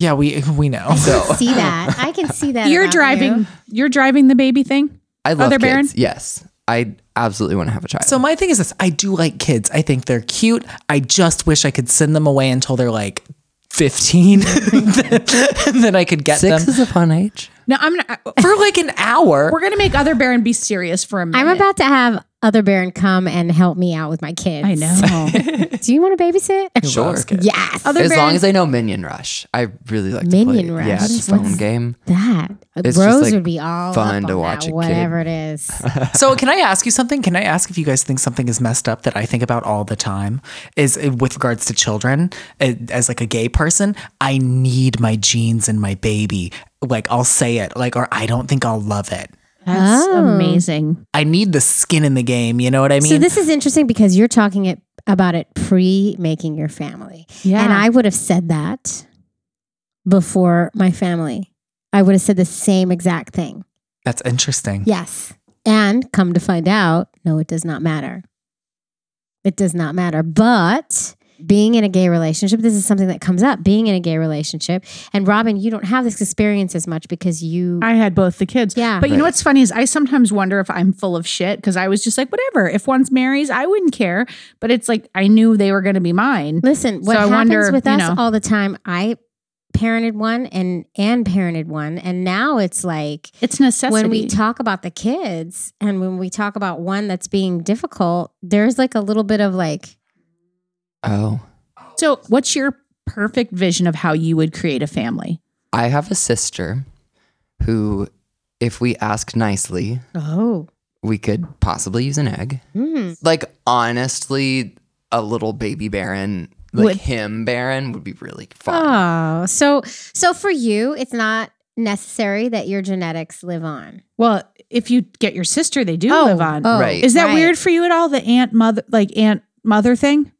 S4: yeah, we we know.
S1: see that. I can see that.
S2: You're
S1: about
S2: driving.
S1: you.
S2: You. are driving the baby thing.
S3: I love
S2: Other
S3: kids.
S2: Baron?
S3: Yes, I absolutely want to have a child.
S4: So my thing is this: I do like kids. I think they're cute. I just wish I could send them away until they're like fifteen, and then I could get
S3: Six
S4: them
S3: is a fun age.
S2: No, I'm. Not, I-
S4: for like an hour.
S2: we're gonna make other Baron be serious for a minute.
S1: I'm about to have other Baron come and help me out with my kids.
S2: I know.
S1: Do you want to babysit?
S3: Sure.
S1: Yes. Other
S3: As long as I know Minion Rush, I really like to
S1: Minion
S3: play.
S1: Rush?
S3: Yeah,
S1: What
S3: it's
S1: is-
S3: a phone
S1: what's-
S3: game.
S1: that
S3: It's just,
S1: Rose
S3: like,
S1: would be all fun to watch.
S3: a kid.
S1: whatever it is.
S4: So can I ask you something? Can I ask if you guys think something is messed up that I think about all the time? Is uh, with regards to children, uh, as like a gay person, I need my jeans and my baby. Like I'll say it, like or I don't think I'll love it.
S2: That's amazing.
S4: I need the skin in the game. You know what I mean?
S1: Oh. so this is interesting because you're talking it about it pre making your family.
S2: Yeah.
S1: And I would have said that before my family. I would have said the same exact thing.
S4: That's interesting.
S1: Yes. And come to find out, no, it does not matter. It does not matter. But being in a gay relationship, this is something that comes up being in a gay relationship. And Robin, you don't have this experience as much because you.
S2: I had both the kids.
S1: Yeah.
S2: But you know
S3: Right.
S2: what's funny is I sometimes wonder if I'm full of shit because I was just like, whatever. If one's marries, I wouldn't care. But it's like I knew they were going to be mine.
S1: Listen,
S2: So
S1: what
S2: I
S1: happens
S2: wonder,
S1: with
S2: you
S1: us
S2: know.
S1: all the time, I parented one and and parented one and now it's like
S2: It's necessity.
S1: when we talk about the kids and when we talk about one that's being difficult there's like a little bit of like
S3: Oh,
S2: so, what's your perfect vision of how you would create a family?
S3: I have a sister who, if we ask nicely,
S1: oh
S3: we could possibly use an egg.
S1: mm-hmm.
S3: Like honestly, a little baby Baron, like
S2: Would- Ah,
S3: him Baron, would be really fun.
S1: oh so so for you it's not necessary that your genetics live on
S2: Well, if you get your sister, they do
S1: oh,
S2: live on.
S1: oh,
S3: Right.
S2: Is that
S1: right.
S2: weird for you at all? The aunt mother, like aunt mother thing?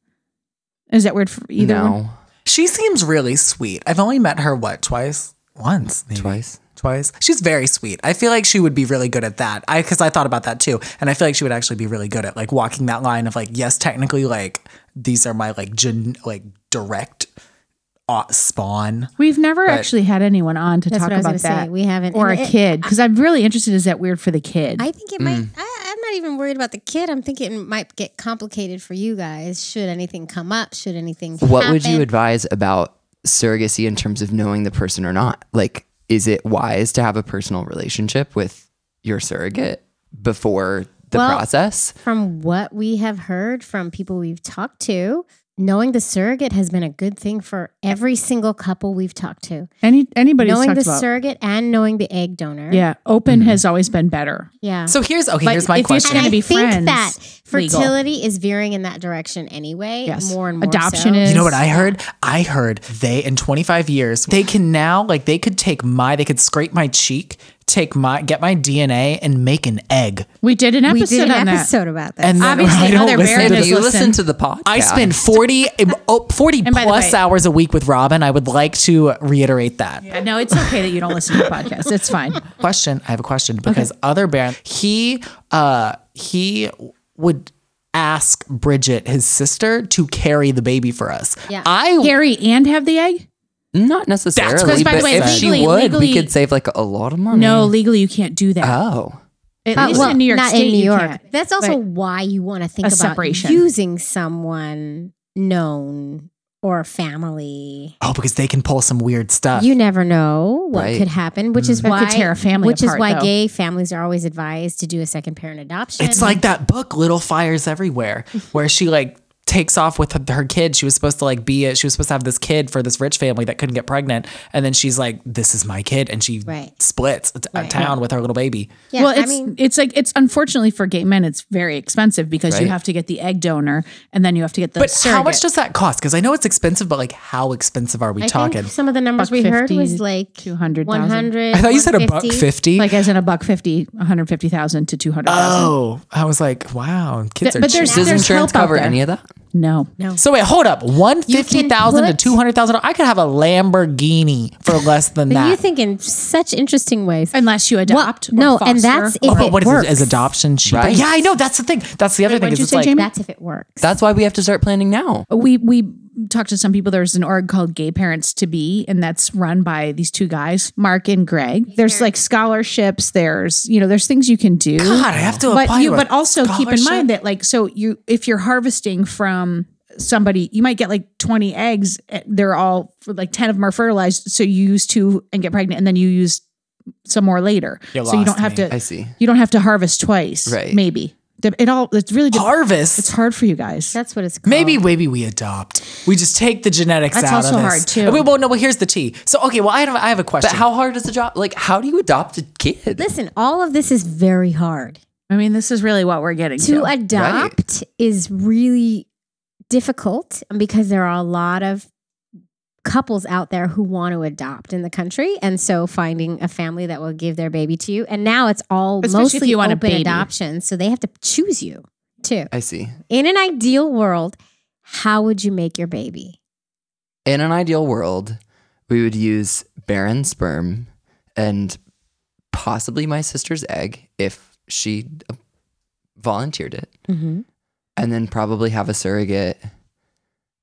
S2: Is that weird for either
S3: no,
S2: one?
S4: She seems really sweet. I've only met her what twice, once, maybe.
S3: twice.
S4: twice. She's very sweet. I feel like she would be really good at that. I because I thought about that too, and I feel like she would actually be really good at like walking that line of like, yes, technically, like these are my like gen like direct uh, spawn.
S2: We've never
S4: But-
S2: actually had anyone on to
S1: that's
S2: talk
S1: what i was
S2: about
S1: gonna
S2: that.
S1: say we haven't
S2: or a
S1: and it-
S2: kid because I'm really interested. Is that weird for the kid?
S1: I think it
S3: Mm.
S1: might. I, I'm not even worried about the kid. I'm thinking it might get complicated for you guys. Should anything come up? Should anything?
S3: What would you
S1: happen.
S3: advise about surrogacy in terms of knowing the person or not? Like, is it wise to have a personal relationship with your surrogate before the
S1: Well-
S3: process?
S1: From what we have heard from people we've talked to, knowing the surrogate has been a good thing for every single couple we've talked to.
S2: Any anybody's
S1: knowing
S2: talked
S1: the
S2: about?
S1: surrogate and knowing the egg donor.
S2: yeah, open has always been better.
S1: Yeah.
S4: So here's okay.
S2: But
S4: here's my
S2: if you
S4: question.
S1: and
S2: gonna
S1: I
S2: be
S1: think
S2: friends,
S1: that
S2: legal.
S1: fertility is veering in that direction anyway.
S2: Yes.
S1: More and more.
S2: Adoption
S1: so.
S2: is-
S4: You know what I heard? I heard they in 25 years they can now like they could take my they could scrape my cheek, take my get my DNA and make an egg.
S2: We did an
S1: We
S2: episode
S1: did an
S2: on
S1: episode about that.
S4: And then
S2: Obviously,
S4: I don't
S2: other
S4: listen
S2: Baron
S4: to
S2: is
S3: If you
S2: listen.
S3: listen to the podcast,
S4: I spend 40, oh, 40
S2: by the
S4: plus
S2: way-
S4: hours a week with Robin. I would like to reiterate that.
S2: that. No, it's okay that you don't listen to podcasts. It's fine.
S4: Question I have a question because other Baron, he, uh, he would ask Bridget, his sister, to carry the baby for us.
S1: Yeah.
S4: I,
S2: Carry and have the egg?
S3: not necessarily.
S4: 'cause,
S3: but
S4: by the way,
S3: if
S2: legally-
S3: she would,
S2: legally-
S3: we could save like a lot of money.
S2: No, legally you can't do that.
S3: Oh,
S2: At
S1: Uh,
S2: least
S1: well,
S2: in New York
S1: not
S2: State,
S1: in New
S2: you
S1: York.
S2: can't.
S1: That's also
S2: But-
S1: why you want to think
S2: A
S1: about
S2: separation.
S1: using someone known or family.
S4: oh, because they can pull some weird stuff.
S1: You never know what
S3: Right.
S1: could happen, which is
S2: Mm-hmm. That
S1: why
S2: could tear a family
S1: which
S2: apart,
S1: is why
S2: though.
S1: gay families are always advised to do a second parent adoption.
S4: it's like that book, Little Fires Everywhere, where she like takes off with her kid. She was supposed to like be it. She was supposed to have this kid for this rich family that couldn't get pregnant, and then she's like, "This is my kid," and she
S1: Right.
S4: splits t- a town with her little baby.
S1: Yeah,
S2: well, it's
S1: I mean,
S2: it's like it's unfortunately for gay men, it's very expensive because you
S3: Right.
S2: have to get the egg donor and then you have to get the
S4: But
S2: surrogate.
S4: how much does that cost? Because I know it's expensive, but like, how expensive are we
S1: I
S4: talking?
S1: think some of the numbers we heard
S2: 50
S1: was like
S2: 200,000.
S1: 100.
S4: I thought you said a buck fifty.
S2: like as in a buck fifty, one hundred fifty thousand to two hundred thousand.
S4: oh, I was like, wow, kids
S2: Th-
S4: are
S2: but
S4: cheap.
S2: there's-
S3: Does
S2: there's
S3: insurance
S2: help out
S3: cover
S2: there.
S3: any of that?
S4: Oh.
S2: No,
S4: So wait, hold up. One fifty thousand to
S1: put-
S4: two hundred thousand. I could have a Lamborghini for less than
S1: But
S4: that.
S1: you think in such interesting ways.
S2: unless you adopt.
S1: no,
S2: or foster.
S1: and that's if
S4: Oh, but
S1: it
S4: what is
S1: works.
S4: it? Is adoption cheap?
S3: Right.
S4: Yeah, I know. That's the thing. That's the other thing.
S2: what'd
S4: Is
S2: you
S4: it's
S2: say,
S4: like,
S2: Jamie?
S1: That's if it works.
S3: That's why we have to start planning now.
S2: Oh, we we talked to some people there's an org called gay parents to be and that's run by these two guys mark and greg there's like scholarships there's you know there's things you can do
S4: God, I have to
S2: but
S4: apply.
S2: you
S4: to a
S2: but also keep in
S4: scholarship?
S2: mind that like so you if you're harvesting from somebody you might get like 20 eggs eh, they're all like 10 of them are fertilized so you use two and get pregnant and then you use some more later
S4: You
S2: so you don't
S4: lost eh?
S2: have
S4: me.
S2: to
S3: I see.
S2: you don't have to harvest twice
S3: Right.
S2: maybe it all it's really de-
S4: harvest.
S2: it's hard for you guys
S1: That's what it's called.
S4: Maybe maybe we adopt. We just take the genetics
S2: That's
S4: out
S2: also
S4: of this.
S2: hard, too.
S4: And we- well, no. Well, here's the tea. So okay. Well, I have I have a question.
S3: But how hard is the job? Like, how do you adopt a kid?
S1: Listen, all of this is very hard.
S2: i mean this is really what we're getting
S1: To adopt is really difficult because there are a lot of couples out there who want to adopt in the country and so finding a family that will give their baby to you and now it's all
S2: Especially if
S1: mostly
S2: you want a
S1: open
S2: baby.
S1: adoptions so they have to choose you too
S3: I see.
S1: in an ideal world how would you make your baby
S3: In an ideal world, we would use barren sperm and possibly my sister's egg if she uh, volunteered it,
S1: mm-hmm.
S3: and then probably have a surrogate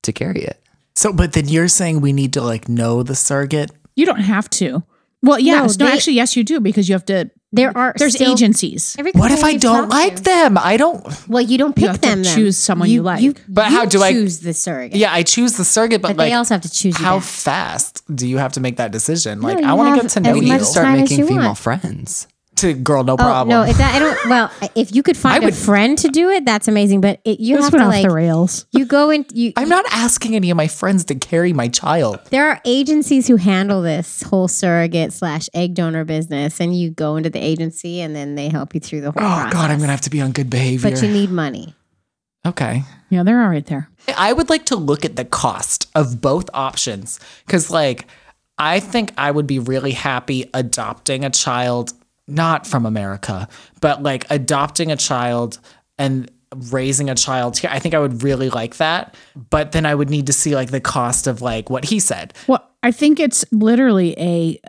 S3: to carry it.
S4: So, but then you're saying we need to like know the surrogate.
S2: You don't have to. Well, yes, no,
S1: they-
S2: actually, yes, you do because you have to.
S1: there are
S2: There's
S1: still-
S2: agencies.
S1: every
S4: What
S1: couple
S4: if I
S1: we've
S4: don't
S1: talked
S4: like
S1: to-
S4: them? I don't.
S1: well you don't pick
S2: have to
S1: them then.
S2: choose someone you like.
S4: But how do I-
S1: choose the surrogate
S4: Yeah, I choose the surrogate, but,
S1: but
S4: like
S1: they also have to choose you
S4: how
S1: back.
S4: fast do you have to make that decision? Like,
S1: you
S4: I want
S1: have
S4: to get to
S1: as
S4: know
S3: we
S4: you.
S3: need
S1: much
S3: to start
S1: time as
S3: making
S1: you
S3: female
S1: want.
S3: friends.
S4: to girl, no problem.
S1: Oh no, if that, I don't. Well, if you could find
S4: would-
S1: a friend to do it, that's amazing. But it, you have
S2: This went
S1: to
S2: off the
S1: like
S2: rails.
S1: you go in. You
S4: I'm not asking any of my friends to carry my child.
S1: there are agencies who handle this whole surrogate slash egg donor business, and you go into the agency, and then they help you through the whole.
S4: Oh
S1: process.
S4: God, I'm gonna have to be on good behavior.
S1: But you need money.
S4: okay.
S2: Yeah, they're all right there.
S4: I would like to look at the cost of both options because, like, I think I would be really happy adopting a child, not from America, but like adopting a child and raising a child here. I think I would really like that. But then I would need to see, like, the cost of, like, what he said.
S2: Well, I think it's literally a.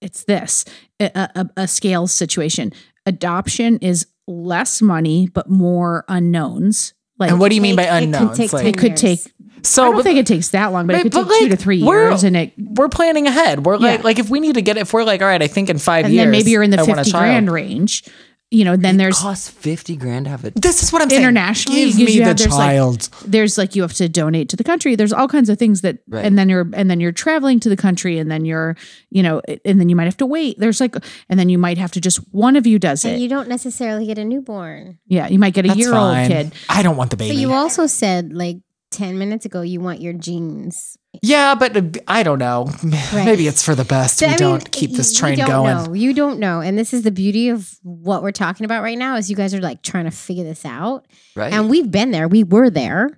S2: It's this a, a, a scale situation. Adoption is less money but more unknowns. Like
S4: And what do you mean by
S1: Take- it can
S4: unknowns?
S1: take
S4: like,
S2: it could take.
S4: so,
S2: I don't
S4: but-
S2: think it takes that long, but it
S4: Right,
S2: could
S4: but,
S2: take two to
S4: like,
S2: three
S4: we're-
S2: years, and it
S4: we're planning ahead. We're like,
S2: Yeah.
S4: like if we need to get if we're like, all right, I think in five
S2: and
S4: years,
S2: then maybe you're in the
S4: I want a
S2: fifty
S4: child.
S2: grand range. You know, then there's
S3: Costs fifty grand to have a.
S4: This is what I'm saying.
S2: internationally
S4: Give
S2: because
S4: me
S2: you
S4: the
S2: have- there's, like-
S4: child.
S2: there's like you have to donate to the country there's all kinds of things that
S3: Right.
S2: and then you're and then you're traveling to the country and then you're you know and then you might have to wait there's like and then you might have to just one of you does it
S1: And you don't necessarily get a newborn.
S2: yeah you might get a
S4: That's
S2: year
S4: fine.
S2: old kid
S4: I don't want the baby.
S1: But you also said like ten minutes ago you want your genes.
S4: yeah, but uh, I don't know. Maybe it's for the best. we
S1: I mean,
S4: don't keep this
S1: you
S4: train
S1: don't
S4: going.
S1: know. You don't know, and this is the beauty of what we're talking about right now. Is you guys are like trying to figure this out,
S3: Right.
S1: and we've been there. We were there.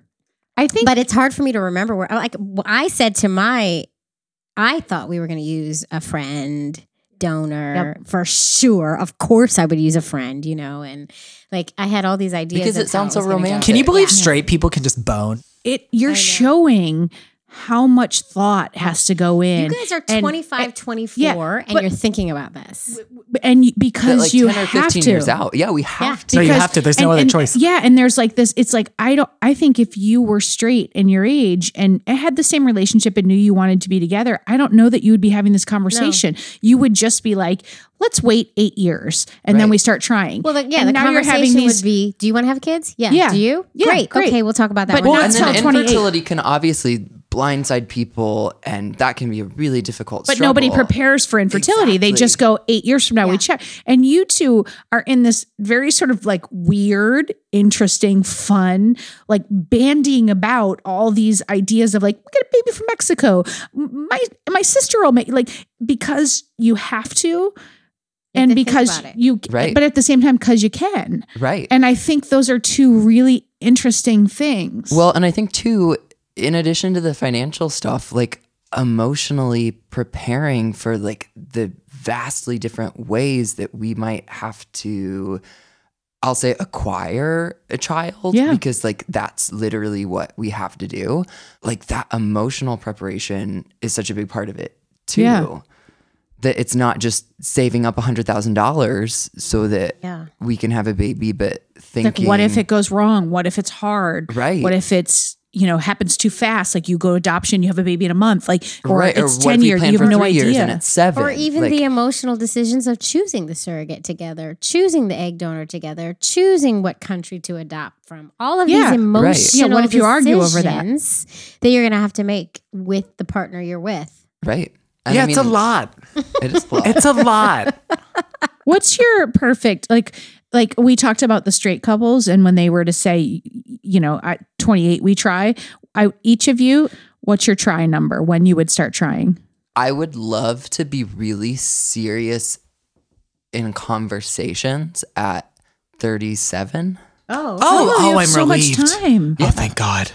S2: i think
S1: but it's hard for me to remember where like I said to my I thought we were going to use a friend donor for sure. Of course I would use a friend, you know, and like I had all these ideas
S3: Because
S1: of
S3: it
S1: how
S3: sounds so
S1: was gonna go.
S3: romantic.
S4: Can you believe
S1: Yeah.
S4: straight people can just bone?
S2: it you're showing how much thought has to go in
S1: You guys are
S2: and-
S1: 25, 24 and
S2: but-
S1: you're thinking about this.
S2: and y-
S3: But,
S2: because
S3: like
S2: you
S3: ten or
S2: have
S3: fifteen
S2: to.
S3: years out. Yeah, we have to.
S4: No, you have to. There's no
S2: and-
S4: other
S2: and-
S4: choice.
S2: Yeah, and there's like this. It's like I don't. I think if you were straight and your age and had the same relationship and knew you wanted to be together, I don't know that you would be having this conversation. You would just be like, "Let's wait eight years and then
S3: Right.
S2: we start trying."
S1: Well, the, yeah,
S2: And
S1: the
S2: now you're
S1: conversation
S2: having these-
S1: would be, do you want to have kids? Yeah.
S2: Yeah.
S1: Do you?
S2: Yeah,
S1: great.
S2: great.
S1: Okay, we'll talk about that
S2: But
S1: one.
S2: not
S1: time.
S3: and
S2: until
S3: then
S2: 28.
S3: infertility can obviously blindside people, and that can be a really difficult.
S2: But nobody
S3: struggle.
S2: prepares for infertility. They just go eight years from now, we check. And you two are in this very sort of like weird, interesting, fun, like bandying about all these ideas of like, we get a baby from Mexico. M- My my sister will make like because you have to. And
S1: to think
S2: because
S1: about it.
S2: you,
S3: Right.
S2: but at the same time, because you can.
S3: Right.
S2: And I think those are two really interesting things.
S3: Well, and I think too, in addition to the financial stuff, like emotionally preparing for like the vastly different ways that we might have to I'll say acquire a child
S2: Yeah.
S3: because like that's literally what we have to do. Like that emotional preparation is such a big part of it too.
S2: Yeah.
S3: That it's not just saving up hundred thousand dollars so that
S1: Yeah.
S3: we can have a baby, but thinking
S2: like what if it goes wrong what if it's hard
S3: Right.
S2: what if it's you know happens too fast like you go adoption you have a baby in a month like or
S3: right,
S2: it's
S3: what
S2: 10
S3: if we
S2: years
S3: plan
S2: you have
S3: for
S2: no
S3: three
S2: idea
S3: years and it's seven,
S1: Or even
S3: Like,
S1: the emotional decisions of choosing the surrogate together, choosing the egg donor together, choosing what country to adopt from. All of
S2: Yeah.
S1: these emotional
S3: Right.
S2: Yeah, what if you argue over that?
S1: decisions that you're going to have to make with the partner you're with.
S3: right. And
S4: yeah,
S3: I
S4: it's a
S3: mean,
S4: lot.
S3: It is a lot.
S4: It's a lot.
S2: what's your perfect like like we talked about the straight couples and when they were to say you know at 28 we try I, each of you what's your try number when you would start trying
S3: I would love to be really serious in conversations at 37.
S1: Oh.
S4: Oh,
S2: you
S4: oh,
S2: have
S4: I'm
S2: so
S4: relieved.
S2: much time
S4: Oh, thank God.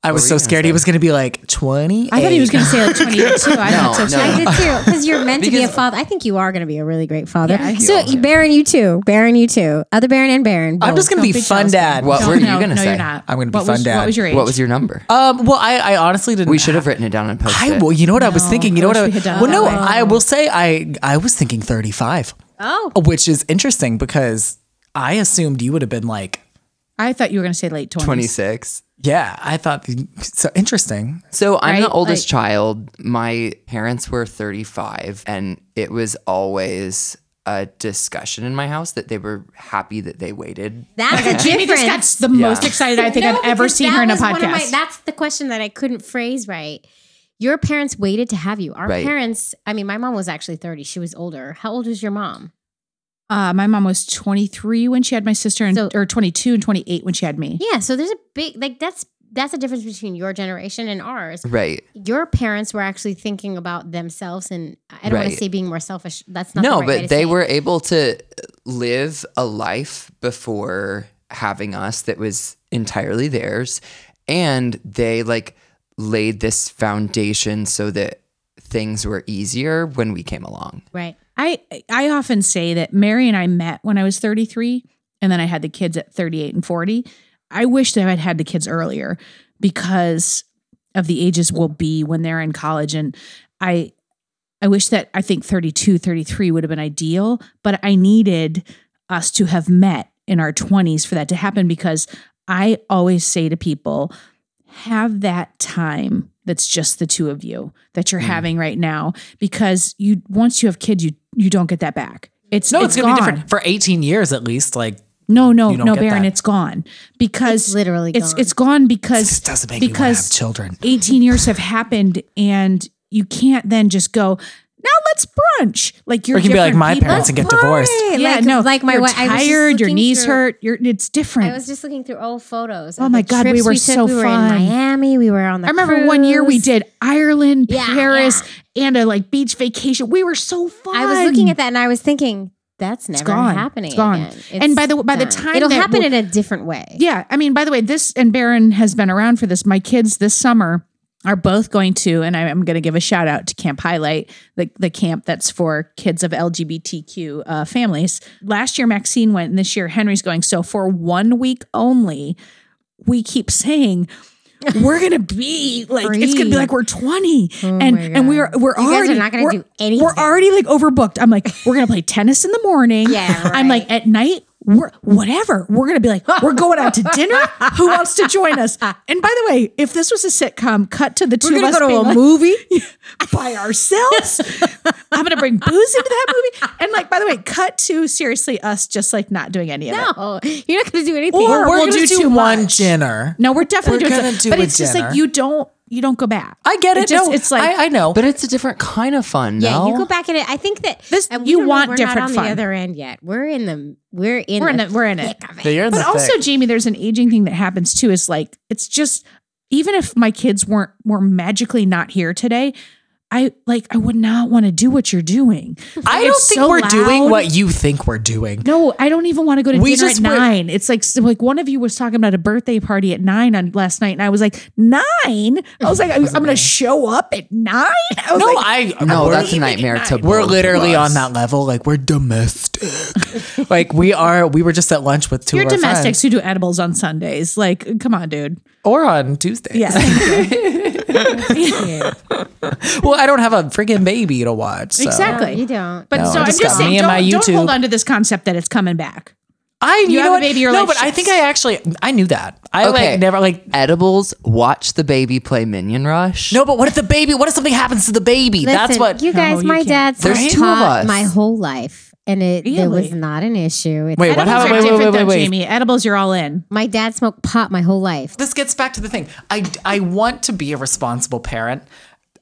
S4: I was
S3: were
S4: so
S3: you gonna
S4: scared he
S3: say?
S4: was going to be like 20.
S2: i thought he was going to say like 28 too i thought so
S3: No,
S2: too
S3: no.
S1: I did too, because you're meant to be a
S3: Because-
S1: father. I think you are going to be a really great father.
S2: Yeah, I think
S1: so, Baron, you too. Baron, you too. Other Baron and Baron.
S4: I'm just going to be fun dad.
S3: What
S2: No,
S3: were you
S2: no,
S3: going to
S2: no,
S3: say?
S2: you're not.
S4: I'm gonna be
S2: What
S4: fun
S2: was-
S4: dad.
S2: What was your age?
S3: What was your number?
S4: Um, well, I, I honestly didn't.
S3: we should have written it down and posted
S4: I
S3: it.
S4: well, you know what I was
S2: No,
S4: thinking. You
S2: I
S4: know
S2: wish
S4: what I
S2: we had done
S4: well, no,
S2: that.
S4: I will say I I was thinking thirty five,
S1: oh,
S4: which is interesting because I assumed you would have been like,
S2: i thought you were going to say late 20s
S3: 26.
S4: yeah. I thought so interesting.
S3: So I'm
S2: Right?
S3: the oldest
S2: Like-
S3: child. My parents were 35, and it was always a discussion in my house that they were happy that they waited.
S1: that's a
S2: Jamie
S1: difference.
S2: just got the most excited I think
S1: No,
S2: I've ever
S1: because
S2: seen
S1: that
S2: her in a
S1: was one of
S2: podcast.
S1: my- that's the question that I couldn't phrase right. Your parents waited to have you. Our
S3: Right.
S1: parents, I mean, my mom was actually 30. She was older. How old was your mom?
S2: Uh, my mom was 23 when she had my sister, and,
S1: So-
S2: or 22 and 28 when she had me.
S1: Yeah, so there's a big like that's that's a difference between your generation and ours.
S3: Right.
S1: Your parents were actually thinking about themselves and I don't want
S3: Right.
S1: to say being more selfish. That's not the
S3: no
S1: right way to
S3: but
S1: say
S3: they
S1: it.
S3: were able to live a life before having us that was entirely theirs and they like laid this foundation so that things were easier when we came along
S1: right.
S2: I I often say that Mary and I met when I was 33, and then I had the kids at 38 and 40. I wish that I'd had the kids earlier because of the ages will be when they're in college, and I I wish that I think 32, 33 would have been ideal, but I needed us to have met in our 20s for that to happen because I always say to people, have that time that's just the two of you that
S4: Mm.
S2: you're having right now because you once you have kids you you don't get that back. It's
S4: No, it's, gonna be
S2: gone.
S4: different for eighteen years at least. Like
S2: No, no,
S4: You don't
S2: no,
S4: get
S2: Baron,
S4: that.
S2: it's gone because
S1: It's literally
S2: it's
S1: gone.
S2: it's gone because
S4: this doesn't make me want to
S2: because
S4: have children.
S2: 18 years have happened and you can't then just go now let's brunch like you're
S4: Or you can be like
S2: different
S4: my
S2: people.
S4: parents and get divorced.
S1: Right,
S2: yeah
S1: like-
S2: no
S1: like my
S2: you're
S1: wa- I was just
S2: tired your
S1: looking
S2: knees
S1: through-
S2: hurt you're, it's different
S1: I was just looking through old photos.
S2: Oh
S1: of
S2: my
S1: the
S2: God, we
S1: trips
S2: were
S1: took.
S2: so
S1: we were
S2: fun.
S1: in Miami. We were on the
S2: I remember one year we
S1: cruise.
S2: did Ireland,
S1: Yeah,
S2: Paris, and a like beach vacation. We were so fun.
S1: I was looking at that and I was thinking, that's never
S2: gone.
S1: happening.
S2: It's gone.
S1: Again.
S2: And by the- by the time
S1: it'll
S2: that
S1: happen
S2: we-
S1: in a different way.
S2: Yeah, I mean, by the way, this and Baron has been around for this. My kids this summer are both going to, and I- I'm going to give a shout out to Camp Highlight, the the camp that's for kids of LGBTQ uh, families. Last year, Maxine went, and this year Henry's going. So for one week only, we keep saying. We're gonna be like it's gonna be like we're twenty, and
S1: Oh my
S2: and we're we're
S1: You guys are
S2: already
S1: not gonna
S2: we're-
S1: do anything.
S2: We're already like overbooked. I'm like we're gonna play tennis in the morning.
S1: Yeah,
S2: I'm
S1: right.
S2: like at night we're whatever we're gonna be like we're going out to dinner who wants to join us and by the way if this was a sitcom cut to the 2 of us being like,
S1: movie.
S2: by ourselves i'm gonna bring booze into that movie and like by the way cut to seriously us just like not doing any of it
S1: No, you're not going to do anything.
S2: Or
S4: Or we're
S2: we'll
S4: gonna
S2: do
S4: do,
S2: too
S4: one
S2: much.
S4: dinner.
S2: no we're definitely
S4: We're
S2: doing
S4: gonna
S2: it
S4: do
S2: but
S4: a
S2: it's just
S4: dinner.
S2: like you don't you don't go back.
S4: I get it.
S2: just-
S4: no,
S2: it's like
S4: I, I know.
S3: But it's a different kind of fun.
S1: Yeah,
S3: no?
S1: you go back at it. I think that
S2: This-
S1: and we
S2: you
S1: don't know,
S2: want
S1: we're
S2: different
S1: not on
S2: fun.
S1: the other end yet. We're in the we're in
S2: we're in
S1: the,
S2: it. We're in it.
S1: thick of
S4: Yeah, you're in
S2: But
S4: the
S2: also,
S4: thick.
S2: Jamie, there's an aging thing that happens too. Is like it's just even if my kids weren't were magically not here today, I like I would not want to do what you're doing.
S4: I
S2: Like,
S4: don't
S2: it's
S4: think
S2: so
S4: we're doing
S2: loud.
S4: what you think we're doing.
S2: No, I don't even want to go to
S4: We
S2: dinner
S4: just
S2: at
S4: were-
S2: nine. It's like so like one of you was talking about a birthday party at nine on last night, and I was like nine. I was like, I, am going to show up at nine. I was
S4: No,
S2: like,
S4: I
S3: no,
S4: we're-
S3: that's a nightmare to
S4: We're
S3: both of
S4: literally on
S3: us.
S4: that level. Like we're domestic. like we are. We were just at lunch with 2
S2: you're
S4: of our
S2: domestics
S4: friends,
S2: who do edibles on Sundays. Like, come on, dude.
S4: or on Tuesdays.
S2: Yes.
S4: Well, I don't have a freaking baby to watch. so.
S2: Exactly.
S1: No, you don't.
S2: But
S4: No,
S2: so
S4: I
S2: I'm
S4: just
S2: just
S4: got me
S2: saying,
S4: and
S2: don't,
S4: my
S2: don't
S4: YouTube.
S2: hold on to this concept that it's coming back.
S4: I you,
S2: have
S4: know
S2: a
S4: what?
S2: baby, you're
S4: no,
S2: like,
S4: but I think I actually I knew that. I
S3: Okay.
S4: like never like
S3: Edibles, watch the baby play Minion Rush.
S4: no. But what if the baby? What if something happens to the baby? That's
S1: Listen,
S4: what.
S1: you guys.
S2: you
S1: my
S2: can't.
S1: dad's
S3: There's
S1: been
S3: two of
S1: taught
S3: us.
S1: my whole life, and it there
S2: Really?
S1: was not an issue. It's
S4: Wait, what
S2: Edibles
S4: happened?
S2: are
S4: Wait, wait,
S2: different
S4: wait,
S2: though,
S4: wait, wait.
S2: Jamie. Edibles, you're all in.
S1: My dad smoked pot my whole life.
S4: this gets back to the thing. I I want to be a responsible parent.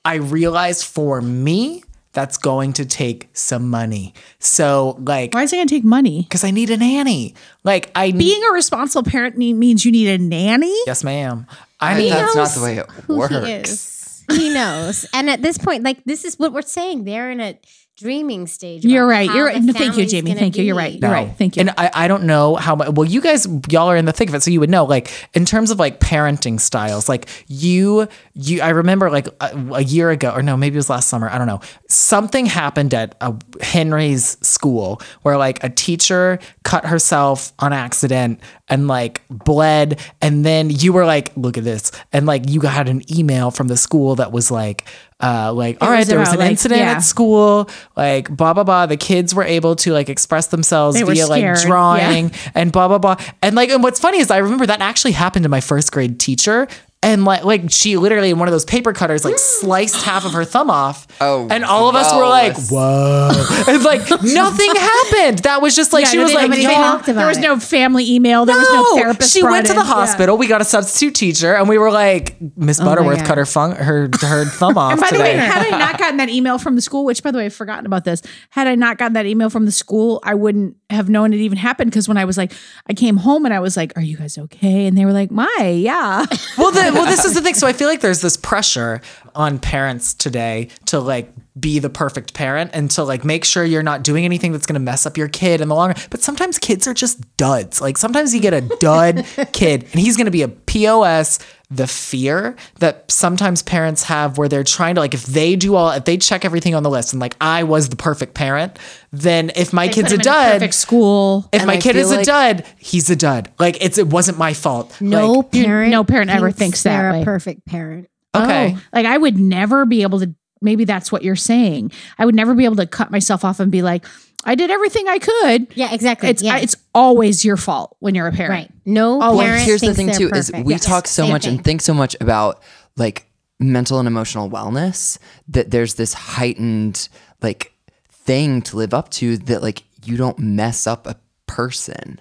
S4: I realize for me that's going to take some money. So like
S2: Why is it going to take money?
S4: because I need a nanny. Like I need
S2: Being a responsible parent ne- means you need a nanny.
S4: Yes, ma'am. I
S3: But
S4: need
S3: that's
S1: knows
S3: not the way it
S1: who
S3: works.
S1: he is. He knows. and at this point, like this is what we're saying. They're in a dreaming stage. about
S2: You're right.
S1: how
S2: You're
S1: the
S2: right. No, thank you,
S1: family's
S2: Jamie.
S1: gonna
S2: Thank you. You're
S1: be.
S2: right. You're right. Thank you.
S4: And I, I don't know how much. Well, you guys, y'all are in the thick of it, so you would know. Like in terms of like parenting styles, like you, you. I remember like a, a year ago, or no, maybe it was last summer. I don't know. Something happened at a Henry's school where like a teacher cut herself on accident and like bled, and then you were like, "Look at this," and like you got an email from the school that was like. Uh, like, all right,
S2: was
S4: there was
S2: about,
S4: an
S2: like,
S4: incident
S2: yeah.
S4: at school, like, blah, blah, blah. The kids were able to, like, express themselves
S2: They were
S4: via like
S2: scared, yeah.
S4: drawing and blah blah blah. And like, and what's funny is I remember that actually happened to my first grade teacher. And like, like she literally in one of those paper cutters like sliced half of her thumb off.
S3: Oh,
S4: and all of us were like,
S3: gross.
S4: "Whoa!" It's like nothing happened. That was just like
S2: Yeah,
S4: she
S2: they
S4: was
S2: didn't
S4: like,
S2: have
S1: anything
S4: "Y'all,
S1: else." talked about
S2: There was
S1: it.
S2: no family email. There was no therapist.
S4: she
S2: brought
S4: went to
S2: in.
S4: the
S2: Yeah. Oh
S4: hospital. We got a substitute teacher, and we were like, "Miss Butterworth
S1: God.
S4: cut her fun- her her thumb off."
S2: And by the way,
S4: today.
S2: had I not gotten that email from the school, which by the way, I've forgotten about this. Had I not gotten that email from the school, I wouldn't have known it even happened. Because when I was like, I came home and I was like, "Are you guys okay?" And they were like, "My, yeah."
S4: well, the, well, this is the thing. So I feel like there's this pressure on parents today to like be the perfect parent and to like make sure you're not doing anything that's going to mess up your kid in the long run. But sometimes kids are just duds. Like sometimes you get a dud kid and he's going to be a POS. The fear that sometimes parents have where they're trying to like if they do all if they check everything on the list and like I was the perfect parent, then if my kid's a
S2: Put 'em in
S4: dud,
S2: Perfect school.
S4: if
S3: And
S4: my
S3: I
S4: kid
S3: feel
S4: is a
S3: like-
S4: dud, he's a dud. Like it's it wasn't my fault.
S1: No
S4: Like,
S1: parent.
S2: no parent ever thinks that
S1: they're
S2: way.
S1: a perfect parent.
S4: okay.
S2: Oh, like I would never be able to. Maybe that's what you're saying. I would never be able to cut myself off and be like, I did everything I could.
S1: Yeah, exactly.
S2: It's
S1: yeah.
S2: I- it's always your fault when you're a parent.
S1: right. No
S2: Oh,
S1: parent.
S3: Well, here's the
S1: thinks
S3: thing
S1: they're
S3: too is
S1: perfect.
S3: we
S1: Yes.
S3: talk so
S1: Same
S3: much
S1: thing.
S3: and think so much about like mental and emotional wellness that there's this heightened like thing to live up to that like you don't mess up a person.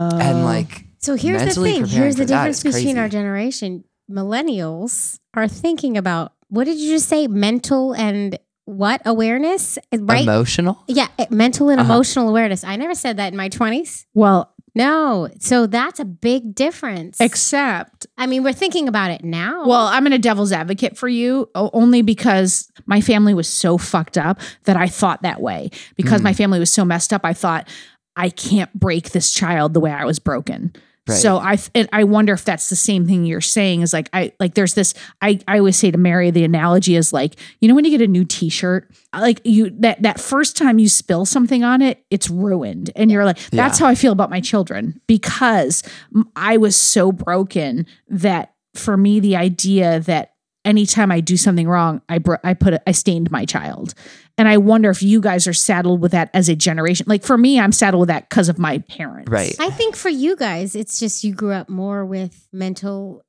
S3: and like
S1: Mm. Oh. So here's the
S3: mentally
S1: thing.
S3: preparing
S1: Here's the
S3: for that
S1: difference
S3: is
S1: between our
S3: crazy.
S1: generation. Millennials are thinking about what did you just say? Mental and what awareness? Right?
S3: emotional.
S1: yeah, mental and
S3: Uh-huh.
S1: emotional awareness. I never said that in my twenties.
S2: Well,
S1: No, so that's a big difference.
S2: except
S1: I mean, we're thinking about it now.
S2: Well, I'm in a devil's advocate for you o- only because my family was so fucked up that I thought that way. Because my family was so messed up, I thought I can't break this child the way I was broken.
S3: Right.
S2: So I th- and I wonder if that's the same thing you're saying is like I like there's this I I always say to Mary the analogy is like you know when you get a new T-shirt like you that that first time you spill something on it it's ruined and you're like that's how I feel about my children because m- I was so broken that for me the idea that anytime I do something wrong I bro- I put a, I stained my child and I wonder if you guys are saddled with that as a generation like for me I'm saddled with that because of my parents
S3: Right.
S1: I think for you guys, it's just you grew up more with mental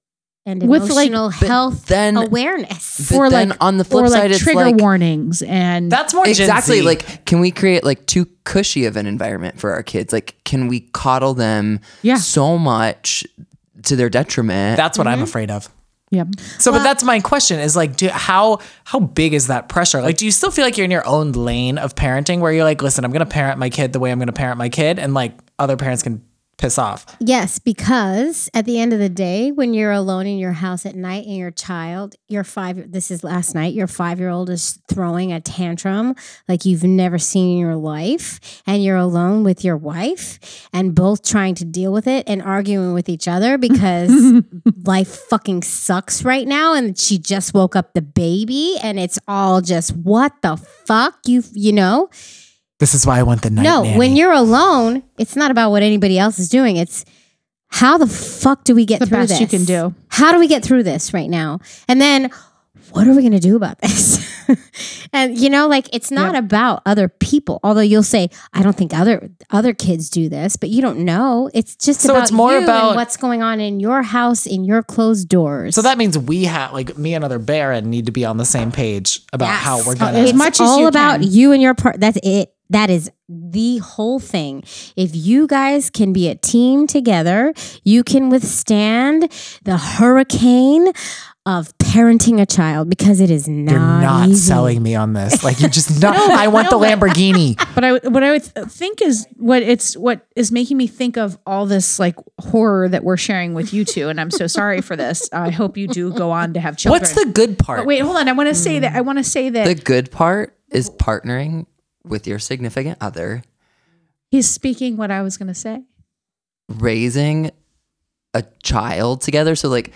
S1: and
S2: With, like,
S1: emotional
S3: But
S1: health
S3: then
S1: awareness.
S3: but
S2: Or,
S3: then
S2: like-
S3: on the flip
S2: or
S3: side
S2: like
S3: it's
S2: trigger
S3: like
S2: warnings and
S4: That's more Gen
S3: exactly
S4: Z.
S3: like can we create like too cushy of an environment for our kids like can we coddle them
S2: Yeah.
S3: so much to their detriment
S4: mm-hmm. That's what I'm afraid of.
S2: Yep.
S4: So, but that's my question: is like, do how how big is that pressure? Like, do you still feel like you're in your own lane of parenting, where you're like, listen, I'm gonna parent my kid the way I'm gonna parent my kid, and like other parents can piss off.
S1: Yes, because at the end of the day, when you're alone in your house at night and your child, your five, this is last night, your five year old is throwing a tantrum like you've never seen in your life, and you're alone with your wife and both trying to deal with it and arguing with each other because life fucking sucks right now. And she just woke up the baby, and it's all just what the fuck? You, you know?
S4: This is why I want the night.
S1: No,
S4: nanny.
S1: when you're alone, it's not about what anybody else is doing. It's how the fuck do we get
S2: The
S1: through
S2: best
S1: this?
S2: you can do.
S1: How do we get through this right now? And then what are we going to do about this? and you know, like it's not about other people. Although you'll say, I don't think other other kids do this, but you don't know. It's just
S4: So
S1: about
S4: it's more
S1: you and
S4: about-
S1: what's going on in your house, in your closed doors.
S4: so that means we have like me and other Baron need to be on the same page about
S1: Yes.
S4: how we're
S1: Oh,
S4: gonna.
S1: it's
S2: As much as
S1: all
S2: you
S1: about
S2: can.
S1: you and your part. That's it. That is the whole thing. If you guys can be a team together, you can withstand the hurricane of parenting a child because it is not,
S4: You're not
S1: easy.
S4: selling me on this. Like you're just not. I want the Lamborghini.
S2: But I what I would think is what it's what is making me think of all this like horror that we're sharing with you two, and I'm so sorry for this. I hope you do go on to have children.
S4: What's the good part?
S2: But wait? Hold on. I want to say that. I want to say that
S3: The good part is partnering with your significant other,
S2: he's speaking what I was going to say.
S3: raising a child together. So, like,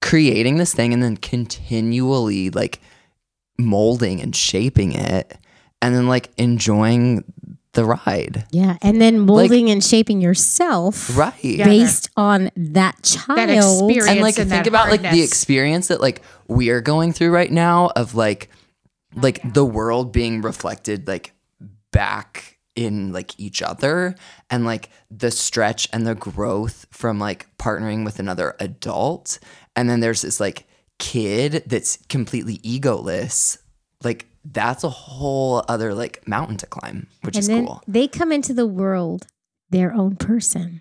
S3: creating this thing and then continually, like, molding and shaping it, and then, like, enjoying the ride.
S1: Yeah, and then molding and shaping yourself
S3: Right.
S1: based on that child.
S2: experience.
S3: and like
S2: in
S3: think
S2: that
S3: about like the
S2: hardness.
S3: experience that like we are going through right now of like like the world being reflected like back in like each other and like the stretch and the growth from like partnering with another adult and then there's this like kid that's completely egoless like that's a whole other like mountain to climb which
S1: and
S3: is
S1: then
S3: cool
S1: they come into the world their own person.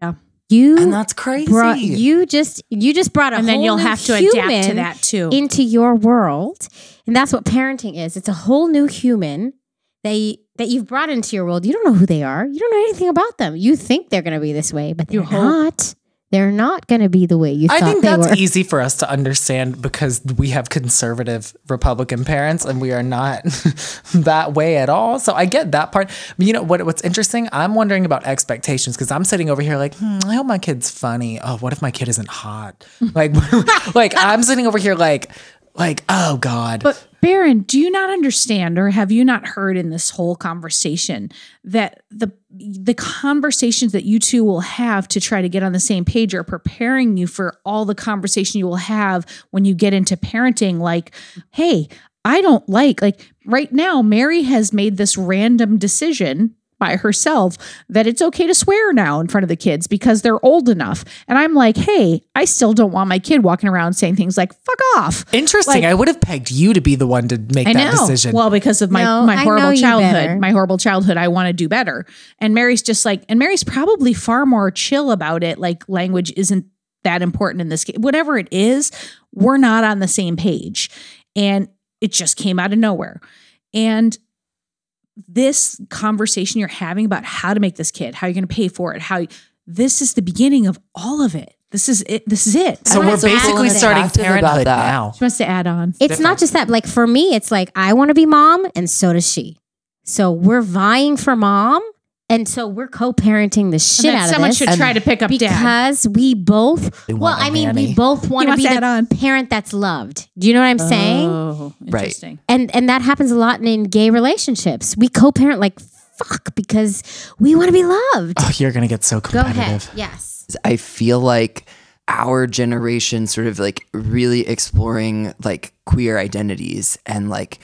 S2: Yeah.
S1: You
S3: and that's crazy
S1: brought you just you just brought a
S2: and then
S1: whole
S2: you'll
S1: new
S2: have to adapt to
S1: human
S2: that too.
S1: into your world and that's what parenting is it's a whole new human they that you've brought into your world you don't know who they are you don't know anything about them you think they're going to be this way but they're
S2: You hope.
S1: not they're not going to be the way you
S4: I
S1: thought
S4: think
S1: they
S4: that's
S1: were
S4: easy for us to understand because we have conservative Republican parents and we are not that way at all. So I get that part. But you know what what's interesting? I'm wondering about expectations because I'm sitting over here like, hmm, I hope my kid's funny. Oh, what if my kid isn't hot? Like like I'm sitting over here like like, oh God.
S2: But Baron, do you not understand or have you not heard in this whole conversation that the the conversations that you two will have to try to get on the same page are preparing you for all the conversation you will have when you get into parenting like, "Hey, I don't like like right now Mary has made this random decision by herself that it's okay to swear now in front of the kids because they're old enough. And I'm like, "Hey, I still don't want my kid walking around saying things like fuck off."
S4: interesting. I would have pegged you to be the one to make
S2: I
S4: that
S2: know.
S4: decision.
S2: Well, because of my
S1: No,
S2: my
S1: I know
S2: horrible
S1: you better.
S2: childhood, my horrible childhood, I want to do better. And Mary's just like, and Mary's probably far more chill about it. Like language isn't that important in this game. Whatever it is, we're not on the same page, and it just came out of nowhere. And this conversation you're having about how to make this kid, how you're going to pay for it, how this is the beginning of all of it. This is it. This is it.
S4: so
S1: I'm
S4: we're
S1: so
S4: basically
S1: confident
S4: starting
S3: about
S4: parenthood
S3: that.
S4: now.
S2: She wants to add on.
S1: it's not just that like for me it's like i want to be mom and so does she so we're vying for mom and so we're co-parenting the shit
S2: And that
S1: out of
S2: someone
S1: this
S2: should try to pick up dad.
S1: because we both well
S4: want a
S1: i mean
S4: nanny.
S1: we both want to
S2: wants
S1: be
S2: to
S1: the
S2: add on.
S1: parent that's loved do you know what i'm saying
S2: Oh,
S3: Right.
S2: interesting.
S1: and and that happens a lot in, in gay relationships we co-parent like fuck because we want to be loved
S4: Oh, you're gonna get so
S1: go
S4: competitive.
S1: ahead yes
S3: I feel like our generation sort of like really exploring like queer identities and like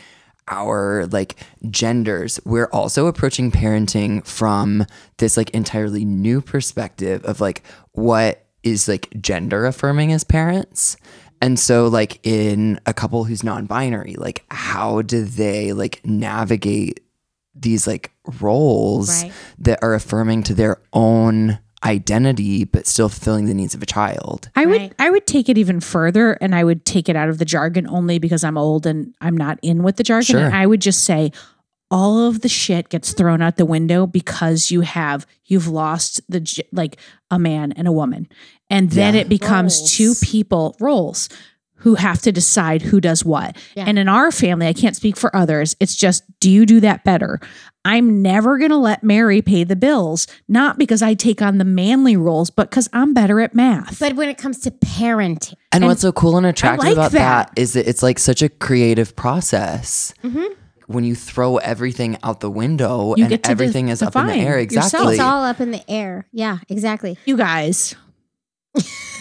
S3: our like genders we're also approaching parenting from this like entirely new perspective of like what is like gender affirming as parents and so like in a couple who's non-binary like how do they like navigate these like roles
S1: Right.
S3: that are affirming to their own identity, but still fulfilling the needs of a child.
S2: I
S1: Right.
S2: would I would take it even further and I would take it out of the jargon only because I'm old and I'm not in with the jargon.
S3: Sure.
S2: And I would just say all of the shit gets thrown out the window because you have you've lost the j- like a man and a woman. And then
S3: Yeah.
S2: it becomes
S1: Roles.
S2: two people roles who have to decide who does what.
S1: Yeah.
S2: And in our family, I can't speak for others. It's just do you do that better? I'm never going to let Mary pay the bills, not because I take on the manly roles, but cuz I'm better at math.
S1: But when it comes to parenting,
S3: And, what's so cool and attractive
S2: like
S3: about
S2: that. Mm-hmm.
S3: that is that it's like such a creative process. When you throw everything out the window
S2: You
S3: and
S2: get to de-
S3: everything is up in the
S2: define
S3: air,
S2: yourself. It's
S3: exactly.
S1: it's all up in the air. Yeah, exactly.
S2: you guys.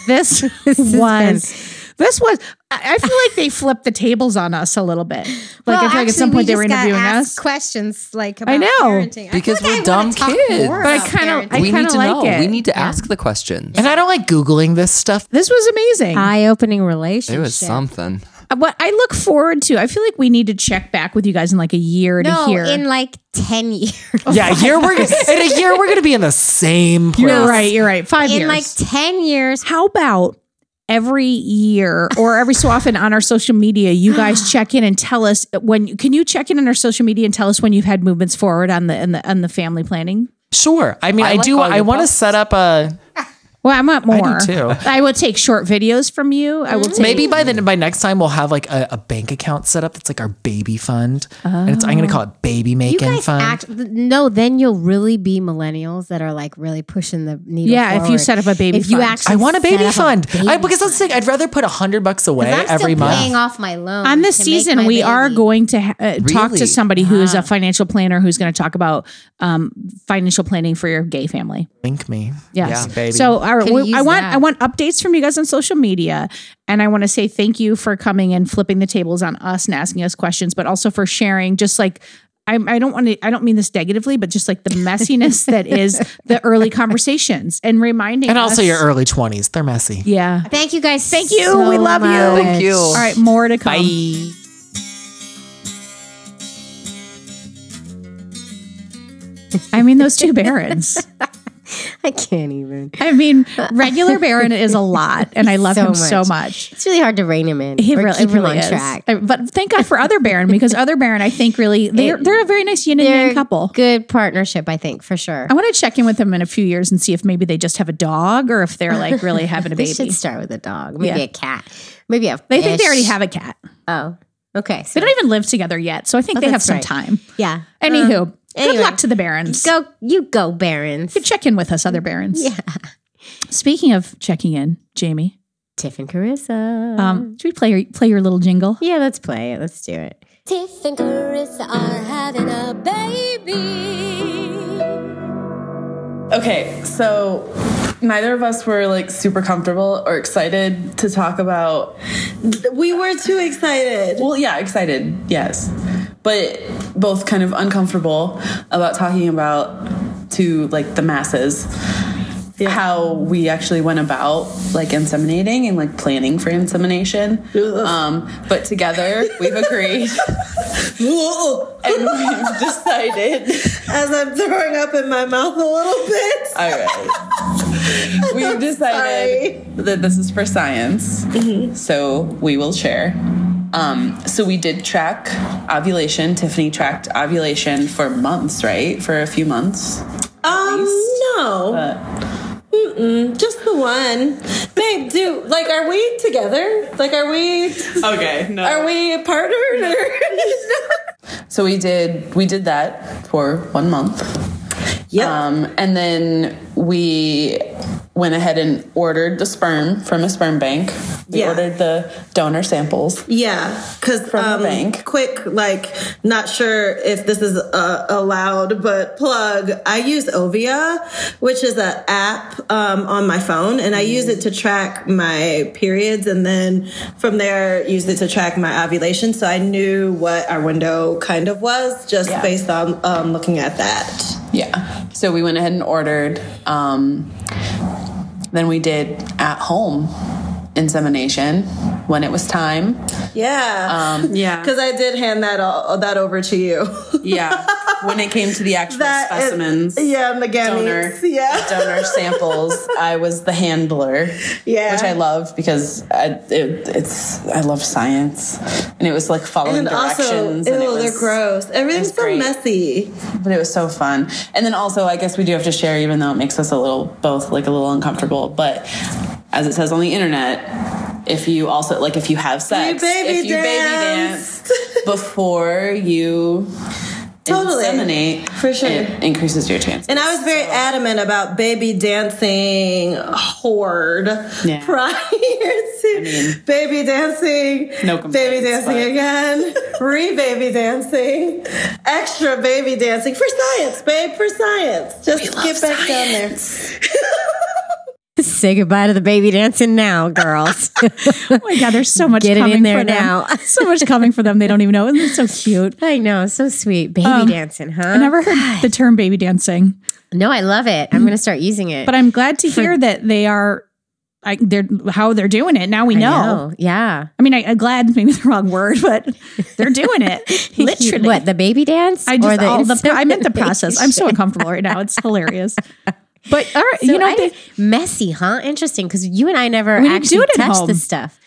S2: This,
S1: has
S2: was this was I I feel like they flipped the tables on us a little bit. Like I feel like at some point they were interviewing us.
S1: questions like
S2: I
S1: about
S2: know.
S1: parenting. I
S3: Because
S1: feel like
S3: we're
S1: I wanna
S3: dumb
S1: talk
S3: kids.
S1: more
S3: But
S2: I
S1: about
S2: kinda-
S1: parenting.
S2: I
S3: we need
S2: kinda
S3: to
S2: like
S3: know.
S2: it.
S3: We need to ask the questions.
S4: And I don't like Googling this stuff.
S2: This was amazing.
S1: Uh, eye-opening
S3: It
S1: relationship.
S3: was something.
S2: what I look forward to. I feel like we need to check back with you guys in like a year
S1: No,
S2: to hear.
S1: in like ten years.
S4: Yeah, a year we're in a year we're gonna be in the same place.
S2: you're right. You're right. Five
S1: in
S2: years.
S1: like ten years.
S2: How about every year or every so often on our social media, you guys check in and tell us when? Can you check in on our social media and tell us when you've had movements forward on the on the on the family planning?
S4: Sure. I mean,
S3: I
S4: I,
S3: like
S4: do.
S3: all your
S4: I want to
S3: posts.
S4: set up a
S2: Well, I want
S4: do
S2: more.
S4: too.
S2: I will take short videos from you. I will
S1: Mm.
S2: take
S4: Maybe by the by next time we'll have like a, a bank account set up that's like our baby fund, and it's I'm gonna call it baby
S1: You
S4: making
S1: guys
S4: fund.
S1: act no. Then you'll really be millennials that are like really pushing the needle.
S2: Yeah, if you
S1: forward.
S2: set up a baby
S1: if you
S2: fund.
S1: actually
S4: I want a
S1: set
S4: baby
S1: up
S4: fund. I,
S1: baby
S4: because that's the thing. I'd rather put a hundred bucks away
S1: I'm still
S4: every month.
S1: paying off my loan
S2: on this
S1: to make
S2: season
S1: my
S2: we are
S1: baby. Uh-huh.
S2: going to ha- uh, talk
S3: Really?
S2: to somebody who is a financial planner who's going to talk about um, financial planning for your gay family
S4: Link me.
S2: Yes.
S4: Yeah, baby.
S2: So our,
S1: Could
S2: we, I
S1: use
S2: want
S1: that.
S2: I want updates from you guys on social media, and I want to say thank you for coming and flipping the tables on us and asking us questions, but also for sharing. Just like I, I don't want to, I don't mean this negatively, but just like the messiness that is the early conversations and reminding
S4: and also
S2: us-
S4: your early twenties. They're messy.
S2: yeah.
S1: Thank you guys.
S2: Thank you.
S1: so
S2: We love you.
S3: Thank you.
S1: much.
S2: All right, more to come.
S4: Bye.
S2: I mean those two barons.
S1: I can't even.
S2: I mean, regular Baron is a lot, and I love
S1: So
S2: him so
S1: much.
S2: much.
S1: It's really hard to rein him in.
S2: He
S1: or
S2: really,
S1: keep
S2: it really
S1: him on
S2: is.
S1: track.
S2: Uh, But thank God for Other Baron because Other Baron, I think, really they're they're a very nice yin and yang couple.
S1: Good partnership, I think, for sure.
S2: I want to check in with them in a few years and see if maybe they just have a dog or if they're like really having a
S1: They
S2: baby.
S1: should start with a dog, maybe
S2: Yeah.
S1: a cat, maybe a.
S2: They think they
S1: fish.
S2: already have a cat.
S1: Oh, okay. So,
S2: They don't even live together yet, so I think
S1: Oh,
S2: they have
S1: that's
S2: some
S1: right.
S2: time.
S1: yeah.
S2: Anywho, good
S1: anyway.
S2: luck to the Barons.
S1: Go, you go, Barons.
S2: Check in with us, Other Barons.
S1: Yeah.
S2: Speaking of checking in, Jamie,
S1: Tiff and Carissa.
S2: um, should we play your, play your little jingle?
S1: yeah, let's play it. Let's do it.
S5: Tiff and Carissa are having a baby.
S6: Okay, so neither of us were like super comfortable or excited to talk about.
S7: We were too excited.
S6: Well, yeah, excited, yes. But both kind of uncomfortable about talking about to like the masses how we actually went about like inseminating and like planning for insemination. Um, but together we've agreed and we've decided.
S7: As I'm throwing up in my mouth a little bit.
S6: All right. We've decided that this is for science,
S7: Mm-hmm.
S6: so we will share. Um, so we did track ovulation. Tiffany tracked ovulation for months, right? For a few months.
S7: Um, no. Mm-mm, just the one. Babe, do like are we together? Like are we
S6: Okay, no.
S7: are we partnered or
S6: So we did we did that for one month.
S7: Yeah.
S6: Um, and then we went ahead and ordered the sperm from a sperm bank. We
S7: Yeah.
S6: ordered the donor samples.
S7: yeah, because
S6: From the
S7: um,
S6: bank.
S7: quick, like, not sure if this is uh, allowed, but plug. I use Ovia, which is an app um, on my phone, and I use
S6: Mm.
S7: it to track my periods, and then from there, use it to track my ovulation. So I knew what our window kind of was just
S6: Yeah.
S7: based on um, looking at that.
S6: Yeah. So we went ahead and ordered. Um, then we did at home insemination when it was time.
S7: Yeah.
S6: Um,
S7: yeah. Because I did hand that all, that over to you.
S6: Yeah, when it came to the actual
S7: that and-
S6: specimens.
S7: yeah, and the
S6: donor,
S7: gametes. Yeah.
S6: donor samples. I was the handler,
S7: Yeah.
S6: which I love because I it, it's I love science, and it was like following
S7: And also, ew,
S6: directions. and it was,
S7: they're gross. Everything's
S6: it's
S7: so
S6: great.
S7: messy.
S6: but it was so fun. And then also, I guess we do have to share, even though it makes us a little both like a little uncomfortable. But as it says on the internet, if you also like if you have sex,
S7: baby
S6: if you
S7: danced.
S6: baby dance before you
S7: Totally.
S6: inseminate,
S7: For sure.
S6: it increases your chance.
S7: And I was very adamant about baby dancing horde
S6: Yeah.
S7: prior to
S6: mean,
S7: baby dancing,
S6: no
S7: baby
S6: complaints,
S7: dancing
S6: but-
S7: again, re baby dancing, extra baby dancing for science, babe, for science. Just get back
S1: Say goodbye to the baby dancing now, girls.
S2: Oh my god, there's so much
S1: Get it in
S2: coming
S1: there
S2: for
S1: now.
S2: them. Oh so much coming for them. They don't even know. And it's so cute.
S1: I know, so sweet. Baby dancing, huh?
S2: I never heard the term baby dancing,
S1: No, I love it. I'm going to start using it.
S2: but I'm glad to hear that they are. I, they're how they're doing it now. We know. I,
S1: Yeah.
S2: mean, I, I'm glad maybe the wrong word, but they're doing it literally.
S1: What, the baby dance?
S2: I just all the, pro- I meant the
S1: insemination?
S2: process. I'm so uncomfortable right now. It's hilarious. But all right,
S1: So
S2: you know,
S1: I-
S2: they,
S1: messy, huh? Interesting, because you and I never
S2: We didn't
S1: actually
S2: do it at
S1: touched
S2: home.
S1: this stuff.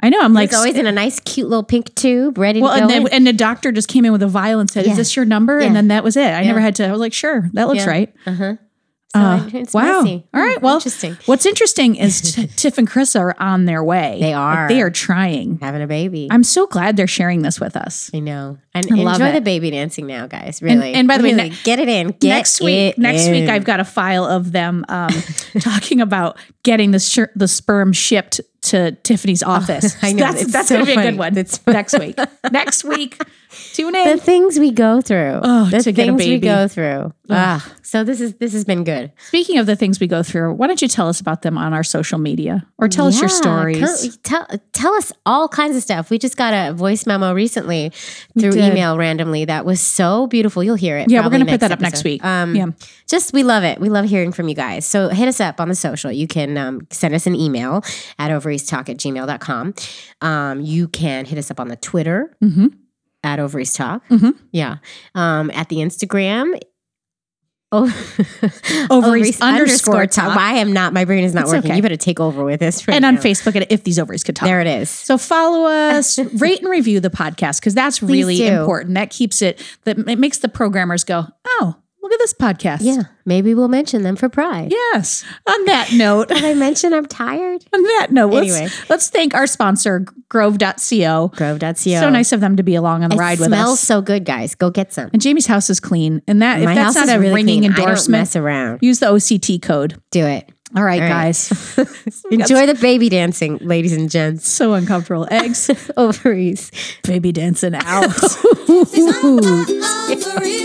S2: I know. I'm like,
S1: It's always in a nice, cute little pink tube, ready
S2: well,
S1: to go.
S2: and then
S1: in.
S2: and the doctor just came in with a vial and said,
S1: Yeah.
S2: "Is this your number?"
S1: Yeah.
S2: And then that was it. I never
S1: Yeah.
S2: had to. I was like, "Sure, that looks
S1: Yeah.
S2: right."
S1: Uh-huh.
S2: Uh,
S1: So it's
S2: wow.
S1: messy.
S2: All right. Well,
S1: Mm, Interesting.
S2: What's interesting is t- Tiff and Chris are on their way.
S1: They are.
S2: Like, they are trying.
S1: Having a baby. i
S2: I'm so glad they're sharing this with us.
S1: know. And
S2: I love
S1: enjoy
S2: it.
S1: the baby dancing now, guys. Really.
S2: and by the way,
S1: Really,
S2: ne-
S1: get it in. Get
S2: next week,
S1: it
S2: next week,
S1: in.
S2: I've got a file of them um, talking about getting the shir- the sperm shipped to Tiffany's office.
S1: Oh, I know,
S2: that's
S1: it's
S2: that's
S1: so
S2: gonna be a
S1: funny.
S2: good one.
S1: It's-
S2: next week. Next week, tune in.
S1: the things we go through.
S2: Oh,
S1: the
S2: to
S1: things
S2: get a
S1: we
S2: baby.
S1: go through. Ah, so this is this has been good.
S2: Speaking of the things we go through, why don't you tell us about them on our social media or tell us your
S1: Yeah, co-
S2: stories?
S1: Tell, tell us all kinds of stuff. We just got a voice memo recently through
S2: did.
S1: email randomly that was so beautiful. You'll hear it.
S2: Yeah, we're
S1: probably
S2: gonna put that up next
S1: episode.
S2: week.
S1: Um,
S2: Yeah.
S1: Just, we love it. We love hearing from you guys. So hit us up on the social. You can um, send us an email at overiestalk at gmail.com. Um, you can hit us up on the Twitter
S2: Mhm.
S1: at ovaries talk.
S2: Mhm.
S1: Yeah. Um, at the Instagram. Oh,
S2: Ovaries underscore talk.
S1: I am not. My brain is not
S2: It's
S1: working.
S2: okay.
S1: You better take over with this. Right
S2: and on
S1: now.
S2: Facebook at If These Ovaries Could Talk.
S1: There it is.
S2: So follow us, rate and review the podcast because that's really
S1: do.
S2: important. That keeps it that it makes the programmers go, "Oh, look at this podcast."
S1: Yeah. Maybe we'll mention them for pride.
S2: Yes. On that note,
S1: Did I mention I'm tired?
S2: on that note, let's,
S1: Anyway.
S2: let's thank our sponsor Grove.co.
S1: Grove.co.
S2: So nice of them to be along on the
S1: It
S2: ride with
S1: smells
S2: us.
S1: so good, guys. Go get some.
S2: and Jamie's house is clean, and that
S1: My
S2: if
S1: house
S2: that's not
S1: is
S2: a
S1: really
S2: ringing
S1: clean. I don't
S2: endorsement,
S1: mess around.
S2: use the OCT code.
S1: Do it.
S2: All right,
S1: All right.
S2: guys.
S1: Enjoy the baby dancing, ladies and gents.
S2: so uncomfortable. Eggs,
S1: Ovaries.
S2: baby dancing out.
S5: Over